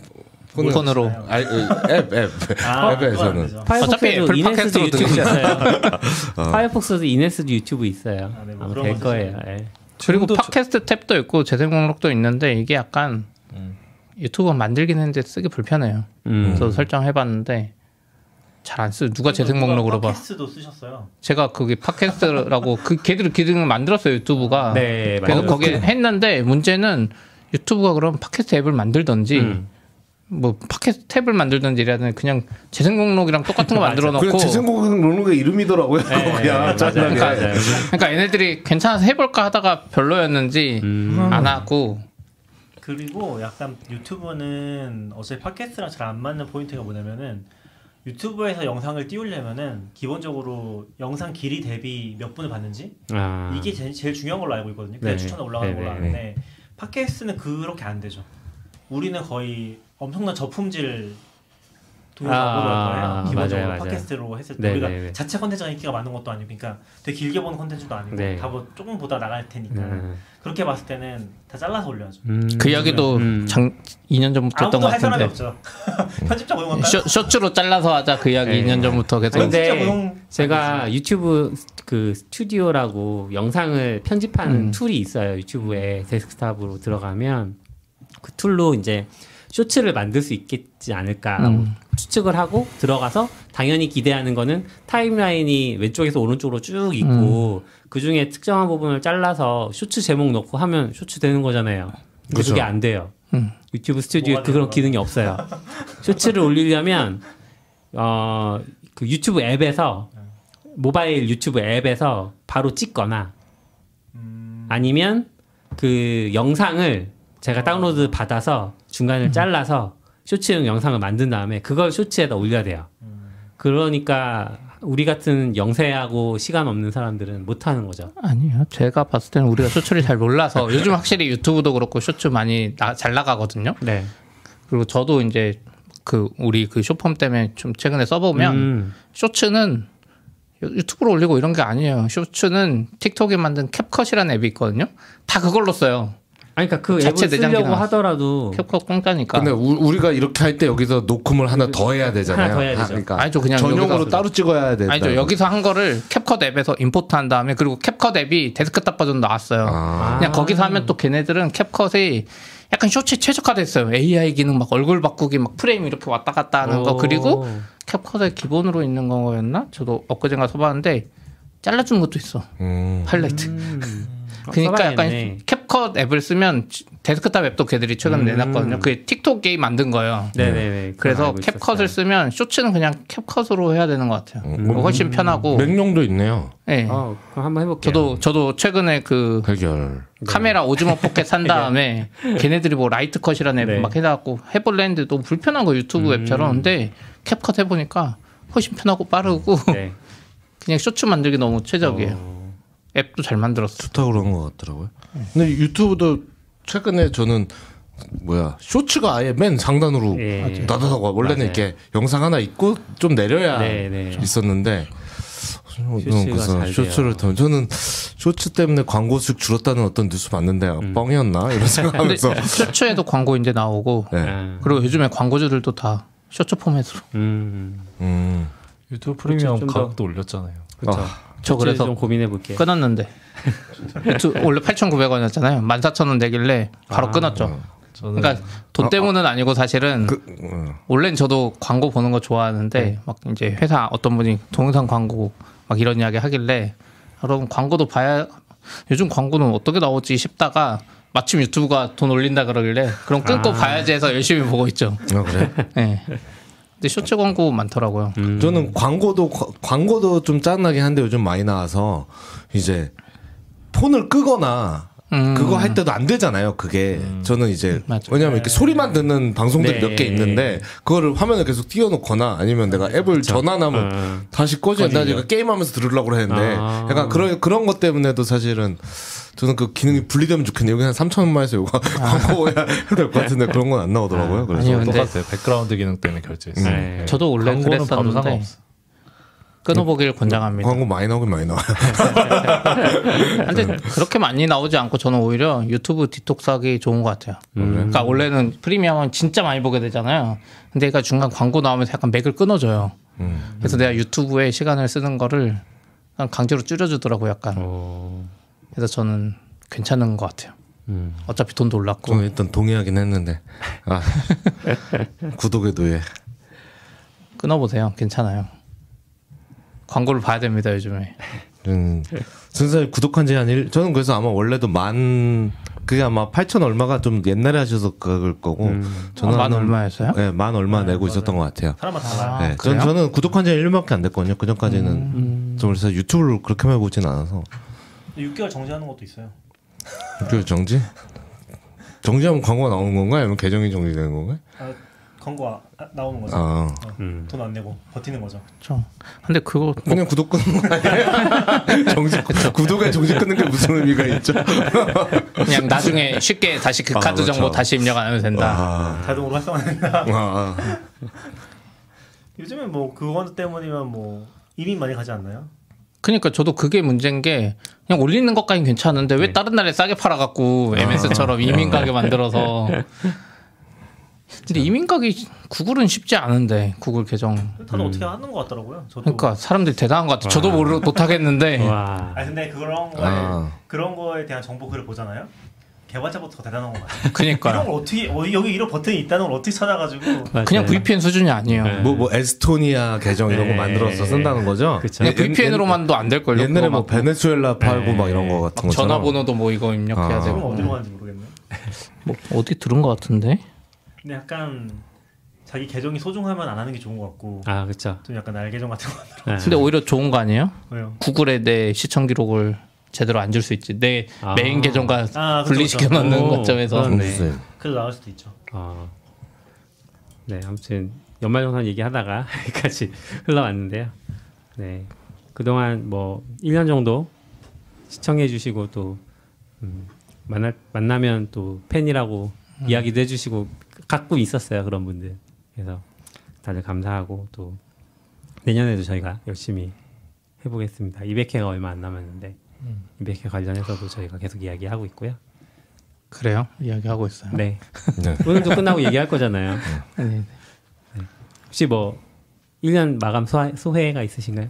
뭘 폰은- 폰으로? 아니, 어, 앱, 앱. 아, 앱에서는. 어차피 파이어폭스도 애플 이네스도 팟캐스트로 유튜브 들으시죠. 있어요. 아. 파이어폭스도 이네스도 유튜브 있어요. 아, 네, 뭐 아마 그런 될 거 거예요. 예. 그리고 지금도 팟캐스트 탭도 있고 재생 목록도 있는데 이게 약간 유튜브 만들긴 했는데 쓰기 불편해요. 음. 저도 설정해봤는데 잘 안 쓰. 누가 재생 목록으로 봐? 팟캐스트도 쓰셨어요. 제가 그게 팟캐스트라고 그 걔들 기능을 만들었어요 유튜브가. 네, 그래서 맞아요. 거기에 했는데 문제는 유튜브가 그럼 팟캐스트 앱을 만들던지 음. 뭐 팟캐스트 탭을 만들든지 이라든 그냥 재생 목록이랑 똑같은 거 만들어 그래 놓고 재생공학 롤록의 이름이더라고요. 그냥 맞아요, 짜증나게. 맞아요. 그러니까 얘네들이 괜찮아서 해볼까 하다가 별로였는지 음. 안 하고 그리고 약간 유튜브는 어차피 팟캐스트랑 잘 안 맞는 포인트가 뭐냐면은 유튜브에서 영상을 띄우려면은 기본적으로 영상 길이 대비 몇 분을 봤는지 아. 이게 제, 제일 중요한 걸로 알고 있거든요. 그냥 네. 추천에 올라가는 네, 걸로 네, 아는데 팟캐스트는 그렇게 안 되죠. 우리는 거의 엄청난 저품질 동영상으로 아, 할 아, 거예요. 기본적으로 맞아요, 맞아요. 팟캐스트로 했을 때 네, 우리가 네, 네. 자체 컨텐츠가 인기가 많은 것도 아니고 그러니까 되게 길게 보는 컨텐츠도 아니고 네. 다 뭐 조금 보다 나갈 테니까 음. 그렇게 봤을 때는 다 잘라서 올려야죠. 음. 그 이야기도 음. 장 2년 전부터 했던 아무도 것 할 사람이 같은데 없죠. 편집자 고용할까요? 쇼, 쇼츠로 잘라서 하자 그 이야기 네. 2년 전부터 계속 아니, 진짜 음. 근데 무용- 제가 유튜브 그 스튜디오라고 영상을 편집하는 음. 툴이 있어요. 유튜브에 데스크탑으로 들어가면 그 툴로 이제 쇼츠를 만들 수 있겠지 않을까라고 음. 추측을 하고 들어가서 당연히 기대하는 거는 타임라인이 왼쪽에서 오른쪽으로 쭉 있고 음. 그 중에 특정한 부분을 잘라서 쇼츠 제목 넣고 하면 쇼츠 되는 거잖아요. 근데 그쵸. 그게 안 돼요. 음. 유튜브 스튜디오에 뭐가 되는 그런 거야? 기능이 없어요. 쇼츠를 올리려면 어, 그 유튜브 앱에서 네. 모바일 유튜브 앱에서 바로 찍거나 음. 아니면 그 영상을 제가 다운로드 받아서 음. 중간을 잘라서 쇼츠용 영상을 만든 다음에 그걸 쇼츠에다 올려야 돼요. 음. 그러니까 우리 같은 영세하고 시간 없는 사람들은 못 하는 거죠. 아니요 제가 봤을 때는 우리가 쇼츠를 잘 몰라서 요즘 확실히 유튜브도 그렇고 쇼츠 많이 나- 잘 나가거든요 네. 그리고 저도 이제 그 우리 그 쇼펌 때문에 좀 최근에 써보면 음. 쇼츠는 유- 유튜브로 올리고 이런 게 아니에요. 쇼츠는 틱톡에 만든 캡컷이라는 앱이 있거든요. 다 그걸로 써요. 아니 그러니까 그 자체 앱을 내장기 쓰려고 나왔어. 하더라도 캡컷 공짜니까. 근데 우, 우리가 이렇게 할 때 여기서 녹음을 하나 더 해야 되잖아요. 하나 더 해야 되죠. 아, 그러니까 아니죠 그냥 전용으로 여기서, 따로 찍어야 돼. 아니죠 여기서 한 거를 캡컷 앱에서 임포트한 다음에 그리고 캡컷 앱이 데스크탑 버전 나왔어요. 아, 그냥 거기서 하면 또 걔네들은 캡컷이 약간 쇼츠 최적화됐어요. AI 기능 막 얼굴 바꾸기 막 프레임 이렇게 왔다 갔다 하는 거 오. 그리고 캡컷의 기본으로 있는 거였나? 저도 엊그젠가 써봤는데 잘라준 것도 있어 음. 하이라이트. 음. 그러니까 써봐야겠네. 약간 캡컷 앱을 쓰면 데스크탑 앱도 걔들이 최근 에 음. 내놨거든요. 그게 틱톡 게임 만든 거예요. 네네네. 그래서 캡컷을 쓰면 쇼츠는 그냥 캡컷으로 해야 되는 것 같아요. 음. 그거 훨씬 편하고. 맥용도 있네요. 예. 어, 그럼 한번 해볼게요. 저도 저도 최근에 그 해결. 네. 카메라 오즈모 포켓 산 다음에 걔네들이 뭐 라이트 컷이라는 예. 네. 음. 앱 막 해갖고 해볼래 했는데 너무 불편한 거 유튜브 앱처럼 근데 캡컷 해보니까 훨씬 편하고 빠르고 네. 그냥 쇼츠 만들기 너무 최적이에요. 어. 앱도 잘 만들었어. 좋다 그런 것 같더라고요. 근데 유튜브도 최근에 저는 뭐야 쇼츠가 아예 맨 상단으로 예. 맞아요. 나다다고 원래는 맞아요. 이렇게 영상 하나 있고 좀 내려야 네, 네. 있었는데 저는 쇼츠가 그래서 잘 쇼츠를 더 저는 쇼츠 때문에 광고 수익 줄었다는 어떤 뉴스 봤는데 아, 음. 뻥이었나 이런 근데 생각하면서 쇼츠에도 광고 이제 나오고 네. 아, 그리고 요즘에 광고주들도 다 쇼츠 포맷으로 음. 음. 유튜브 프리미엄 좀 더- 가격도 올렸잖아요. 그렇죠. 저 그래서 좀 고민해 예. 볼게요. 끊었는데 유 원래 8,900원이었잖아요. 14,000원 내길래 바로 아, 어. 끊었죠. 저는 그러니까 어, 돈 때문은 아니고 사실은 그, 원래는 저도 광고 보는 거 좋아하는데 네. 막 이제 회사 어떤 분이 동영상 광고 막 이런 이야기 하길래 아, 그럼 광고도 봐야 요즘 광고는 어떻게 나오지 싶다가 마침 유튜브가 돈 올린다 그러길래 그럼 아. 끊고 봐야지 해서 열심히 보고 있죠. 아, 그래? 예. 근데 쇼츠 광고 많더라고요. 저는 광고도 과- 광고도 좀 짜증나긴 한데 요즘 많이 나와서 이제 폰을 끄거나 음. 그거 할 때도 안 되잖아요. 그게 저는 이제 맞아요. 왜냐하면 이렇게 소리만 듣는 방송들이 네. 몇 개 있는데 그거를 화면을 계속 띄워놓거나 아니면 음, 내가 앱을 전환하면 네. 음. 다시 꺼지면 나 지금 게임하면서 들으려고 했는데 아. 약간 그런 그런 것 때문에도 사실은 저는 그 기능이 분리되면 좋겠네요. 여기 한 3천원만에서 요거 광고해야 될 것 같은데 그런 건 안 나오더라고요. 그래서 아니요, 네, 근데- 똑같아요. 네, 백그라운드 기능 때문에 결제했어요. 네. 저도 원래 광고는 바로 그랬었는데 상관없어. 끊어보길 권장합니다. 광고 많이 나오긴 많이 나와요. 근데 네. 그렇게 많이 나오지 않고 저는 오히려 유튜브 디톡스하기 좋은 것 같아요. 음. 그러니까 원래는 프리미엄은 진짜 많이 보게 되잖아요. 근데 그러니까 중간 광고 나오면서 약간 맥을 끊어줘요. 음. 그래서 내가 유튜브에 시간을 쓰는 거를 약간 강제로 줄여주더라고 요 약간. 그래서 저는 괜찮은 것 같아요. 음. 어차피 돈도 올랐고. 저는 일단 동의하긴 했는데 아, 구독의 노예. 끊어보세요. 괜찮아요. 광고를 봐야 됩니다, 요즘에. 음, 선생님 구독한 지 한 일 저는 그래서 아마 원래도 만 그게 아마 8천 얼마가 좀 옛날에 하셔서 그럴 거고 저는 아, 한- 만 얼마였어요? 네, 만 얼마 내고 있었던 것 같아요. 사람마다 달라요. 네, 전, 그래요? 음, 저는 구독한 지 1년밖에 안 됐거든요. 그전까지는 좀 그래서 유튜브를 그렇게 많이 보진 않아서 6개월 정지하는 것도 있어요. 유튜브 그 정지? 정지하면 광고가 나오는 건가요? 아니면 계정이 정지되는 건가요? 아, 광고 아, 아, 나오는 거죠. 아 음. 돈 안 내고 버티는 거죠. 그렇죠. 근데 그거 그냥 구독 끊는 거 아니에요? 정지 구독에 정지 끊는 게 무슨 의미가 있죠? 그냥 나중에 쉽게 다시 그 아, 카드 그렇죠. 정보 다시 입력 안 해도 된다. 아, 자동으로 활성화된다. 아, 요즘에 뭐 그거 때문이면 뭐 이민 많이 가지 않나요? 그러니까 저도 그게 문제인 게 그냥 올리는 것까진 괜찮은데 네. 왜 다른 나라에 싸게 팔아갖고 MS처럼 이민 가게 만들어서 네. 근데 이민 가기 구글은 쉽지 않은데 구글 계정 다들 어떻게 하는 것 같더라고요. 저도. 그러니까 사람들이 대단한 것 같아. 저도 모르 못하겠는데 와. 아 근데 그런 거에 아. 그런 거에 대한 정보 글을 보잖아요. 개발자부터 더 대단한 것 같아요. 이런 그니까 걸 어떻게 어, 여기 이런 버튼이 있다는 걸 어떻게 찾아가지고 그냥 맞아요. VPN 수준이 아니에요. 뭐, 뭐 에스토니아 계정 이런 거 네. 만들어서 쓴다는 거죠? 그쵸. 그냥 VPN으로만도 안 될 걸요. 옛날에 뭐 베네수엘라 팔고 네. 막 이런 거 같은 거 전화번호도 뭐 이거 입력해야 아. 그럼 되고 어디로 가는지 모르겠네요. 뭐 어디 들은 것 같은데. 근데 약간 자기 계정이 소중하면 안 하는 게 좋은 것 같고 아 그렇죠. 네. 좀 약간 날 계정 같은 거 네. 근데 오히려 좋은 거 아니에요? 왜요? 구글에 내 시청 기록을 제대로 안 줄 수 있지. 내 아. 메인 계정과 아, 그쵸, 분리시켜 그쵸. 놓는 오, 관점에서 그러네. 그래도 나올 수도 있죠. 어. 네, 아무튼 연말정산 얘기하다가 여기까지 흘러왔는데요. 네, 그동안 뭐 1년 정도 시청해주시고 또 음, 만나 만나면 또 팬이라고 이야기도 해주시고 갖고 있었어요 그런 분들. 그래서 다들 감사하고 또 내년에도 저희가 열심히 해보겠습니다. 200회가 얼마 안 남았는데 200회 관련해서도 저희가 계속 이야기하고 있고요. 그래요? 이야기하고 있어요. 네. 네. 오늘도 끝나고 얘기할 거잖아요. 네. 혹시 뭐 1년 마감 소화, 소회가 있으신가요?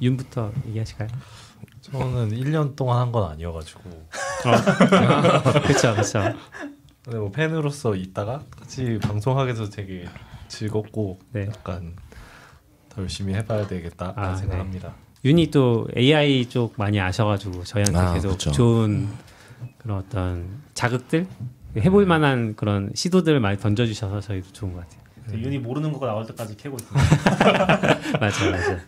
윤부터 얘기하실까요? 저는 1년 동안 한 건 아니어가지고 그렇죠, 그렇죠. 근데 뭐 팬으로서 있다가 같이 방송하게 돼서 되게 즐겁고 네. 약간 더 열심히 해봐야 되겠다 아, 아, 네. 생각합니다. 윤이 또 AI 쪽 많이 아셔가지고 저희한테 아, 계속 그쵸. 좋은 그런 어떤 자극들 해볼 네. 만한 그런 시도들을 많이 던져주셔서 저희도 좋은 것 같아요. 음. 근데 윤이 모르는 거가 나올 때까지 캐고 있습니다. 맞아요, 맞아요.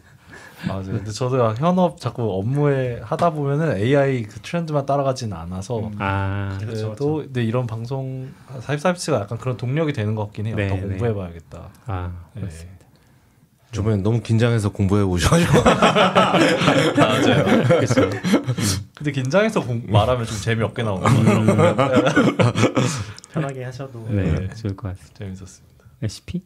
맞아요. 네. 근데 저도 현업 자꾸 업무에 하다 보면은 AI 그 트렌드만 따라가지는 않아서 아, 그렇죠, 그래도 그렇죠. 근데 이런 방송 사이사이스가 약간 그런 동력이 되는 것 같긴 해요. 네, 더 네. 공부해봐야겠다. 아, 네. 저번에 너무 긴장해서 공부해 보셔가지고 그렇죠. 근데 긴장해서 공- 말하면 좀 재미없게 나오는 것 같아요. 편하게 하셔도 네, 좋을 것 같습니다. 네, 재밌었습니다. 레시피?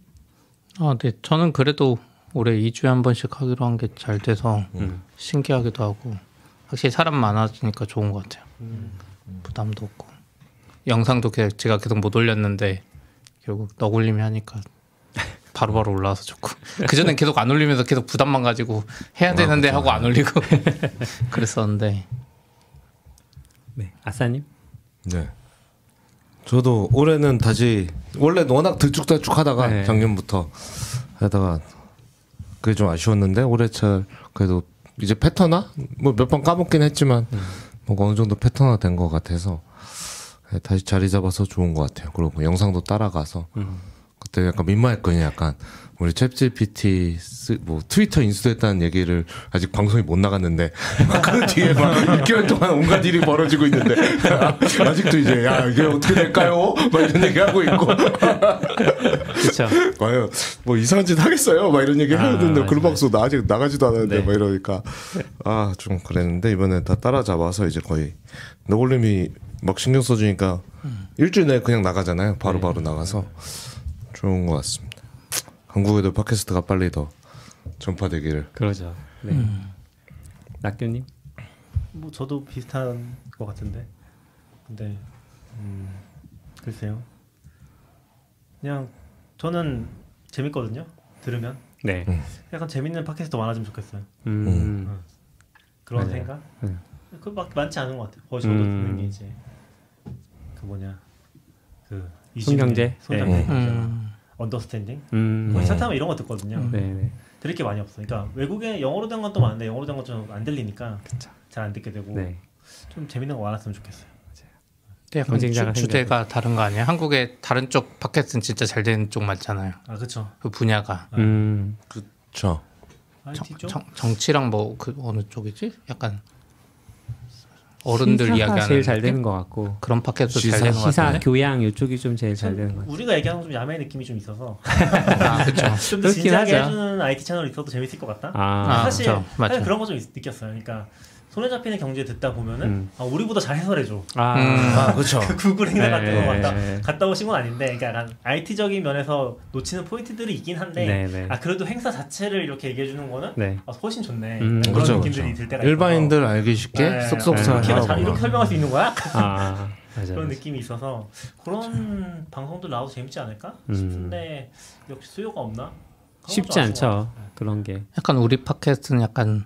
아, 네. 저는 그래도 올해 2주에 한 번씩 하기로 한 게 잘 돼서 음. 신기하기도 하고 확실히 사람 많아지니까 좋은 것 같아요. 음. 부담도 없고 영상도 계- 제가 계속 못 올렸는데 결국 너굴림이 하니까 바로바로 올라와서 좋고 그 전엔 계속 안 올리면서 계속 부담만 가지고 해야 되는데 그렇죠. 하고 안 올리고 그랬었는데 네, 아싸님? 네. 저도 올해는 다시 원래 워낙 들쭉날쭉 하다가 네. 작년부터 하다가 그게 좀 아쉬웠는데 올해 잘 그래도 이제 패턴화 뭐 몇 번 까먹긴 했지만 뭐 어느 정도 패턴화 된 것 같아서 네, 다시 자리 잡아서 좋은 것 같아요. 그리고 영상도 따라가서 그때 약간 민망했거든요. 약간 우리 챗GPT 쓰- 뭐 트위터 인수됐다는 얘기를 아직 방송이 못 나갔는데 그 뒤에 막 6개월 동안 온갖 일이 벌어지고 있는데 아직도 이제 야 이게 어떻게 될까요? 막 이런 얘기 하고 있고 그렇죠. 과연 뭐 이상한 짓 하겠어요? 막 이런 얘기 아, 하는데 맞아요. 글로박스 네. 나 아직 나가지도 않았는데 네. 막 이러니까 아 좀 그랬는데 이번에 다 따라잡아서 이제 거의 너골림이 막 신경 써주니까 일주일 내에 그냥 나가잖아요. 바로 네. 바로 나가서 좋은 것 같습니다. 한국에도 팟캐스트가 빨리 더 전파되기를. 그러죠. 네. 낙교님? 뭐 저도 비슷한 것 같은데 근데 음, 글쎄요 그냥 저는 재밌거든요 들으면 네. 약간 재밌는 팟캐스트 많아지면 좋겠어요 음. 그런 맞아요. 생각 네. 그막 많지 않은 것 같아요 거의 저도 음. 듣는 게 이제 그 뭐냐 그 손경제? 네. 손경제 음, 어 언더스탠딩. 음. 거의 차트하면 이런 거 듣거든요. 네, 네. 들을 게 많이 없어. 그러니까 외국에 영어로 된 건 또 많은데 영어로 된 건 좀 안 들리니까 잘 안 듣게 되고 네. 좀 재밌는 거 많았으면 좋겠어요. 근데 약간 경쟁자가 음, 주, 주제가 다른 거 아니야? 한국의 다른 쪽 팟캐스트는 진짜 잘 되는 쪽 많잖아요. 아 그렇죠. 그 분야가 음. 저 IT 쪽. 정, 정치랑 뭐 그 어느 쪽이지? 약간 어른들 시사가 이야기하는 제일 잘 느낌? 되는 것 같고 그런 팟캐스트 시사, 잘 되는 것 시사 같은데. 교양 이쪽이 좀 제일 잘 되는 것 같아요. 우리가 얘기하는 건 좀 야매 느낌이 좀 있어서 아, 그쵸. 좀 더 그렇긴 진지하게 하죠. 해주는 IT 채널이 있어도 재밌을 것 같다. 아, 아, 사실, 그쵸. 사실 맞죠. 그런 거 좀 느꼈어요. 그러니까 손에 잡히는 경제 듣다 보면은 음. 아, 우리보다 잘 해설해줘. 아, 음. 아, 그렇죠. 그 구글 행사 같은 거 네. 갔다, 갔다 오신 건 아닌데, 그러니까 약간 IT적인 면에서 놓치는 포인트들이 있긴 한데, 네, 네. 아 그래도 행사 자체를 이렇게 얘기해 주는 거는 네. 아, 훨씬 좋네. 음. 그런 그렇죠, 느낌들이 그렇죠. 들 때가 있어서. 일반인들 알기 쉽게 네, 쏙쏙 아, 잘 이렇게, 잘- 하고 이렇게 설명할 수 있는 거야? 아, 맞아. 그런 맞아. 느낌이 있어서 그런 방송도 나와도 재밌지 않을까 싶은데 역시 수요가 없나? 음. 쉽지 않죠. 그런 네. 게. 약간 우리 팟캐스트는 약간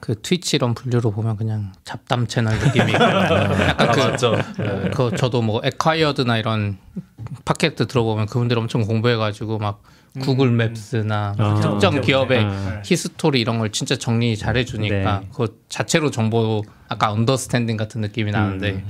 그 트위치 이런 분류로 보면 그냥 잡담 채널 느낌이 있고 아, 약간 그, 네. 그 저도 뭐 에콰이어드나 이런 팟캐스트 들어보면 그분들 엄청 공부해가지고 막 구글 맵스나 아. 특정 기업의 아. 히스토리 이런 걸 진짜 정리 잘 해주니까 네. 그 자체로 정보 아까 언더스탠딩 같은 느낌이 나는데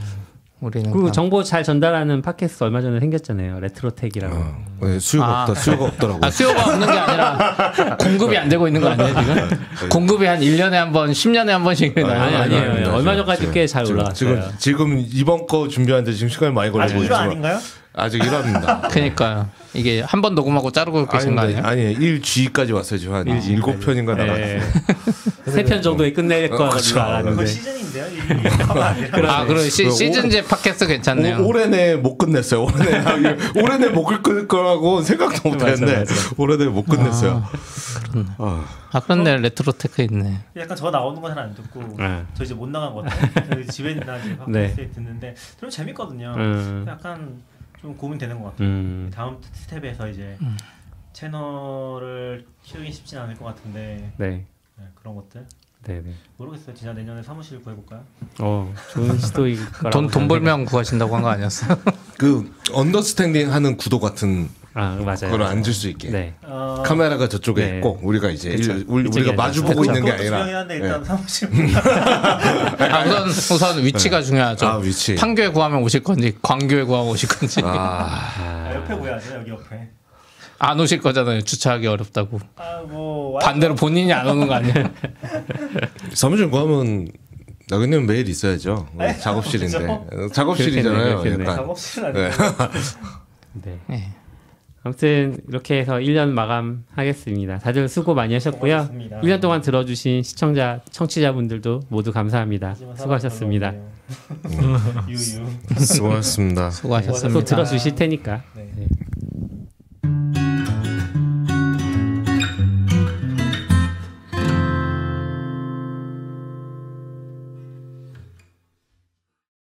우리는 음. 그리고 그냥- 정보 잘 전달하는 팟캐스트 얼마 전에 생겼잖아요. 레트로텍이라고. 네, 수요가 아. 없다. 수요가 없더라고. 아, 수요가 없는 게 아니라 공급이 안 되고 있는 거 아니에요 지금? 공급이 한 1년에 한 번, 10년에 한 번씩 나요. 네. 아니, 아니에요. 얼마 전까지 꽤잘 지금, 올라왔어요. 지금 지금 이번 거 준비하는데 지금 시간이 많이 걸리고 아직 이거 있지만 아닌가요? 아직 1화입니다. 그러니까요. 이게 한 번 녹음하고 자르고 계신 거 아니에요? 아니 1G까지 왔어요. 지금 한 7편인가 나갔어요. 네. 세편 정도에 끝낼 어, 거라고 그쵸. 알았는데. 그거 시즌인데요? 이게 이거가 아니라. 아, 그럼 시, 그 오- 시즌제 팟캐스트 괜찮네요. 오, 올해 내못 끝냈어요. 올해 내 올해 내못 끝낼 거라고 생각도 못 했는데 올해 내못 끝냈어요. 아, 그런데 레트로테크 있네. 약간 저 나오는 건 잘 안 듣고 네. 저 이제 못 나간 것 같아요. 그 집에 있나 지금 네. 팟캐스트에 듣는데 좀 재밌거든요. 음. 약간 좀 고민되는 것 같아요. 음. 다음 스텝에서 이제 음. 채널을 키우긴 쉽진 않을 것 같은데 네. 네, 그런 것들 네, 네. 모르겠어요. 진짜 내년에 사무실 구해볼까요? 어, 좋은 시도일 거라고. 돈, 돈 저는 벌면 구하신다고 한 거 아니었어? 그 언더스탠딩 하는 구도 같은 생각- 아, 맞아요. 거를 앉을 수 있게. 네. 어, 카메라가 저쪽에 네. 있고 우리가 이제 그쵸. 일- 우리, 이쪽에 우리가 마주 보고 그쵸. 있는 네, 그것도 게 중요하긴 아니라 네. 한데 일단 사무실 아, 우선, 우선 위치가 중요하죠. 아, 위치. 판교에 구하면 오실 건지, 광교에 구하면 오실 건지. 아, 아, 옆에 구해야죠. 여기 옆에. 안 오실 거잖아요. 주차하기 어렵다고. 아뭐 반대로 본인이 안 오는 거 아니에요? 사무실 구하면 나그님 매일 있어야죠. 작업실인데 그렇겠네, 작업실이잖아요. 그렇겠네. 약간 작업실은 네. 아니고 네. 네. 아무튼 이렇게 해서 1년 마감하겠습니다. 다들 수고 많이 뭐 하셨고요. 수고하셨습니다. 1년 동안 들어주신 시청자, 청취자분들도 모두 감사합니다. 수고하셨습니다. 네, 음. 유유. 수고하셨습니다. 수고하셨습니다. 또 들어주실 테니까. 네. 네.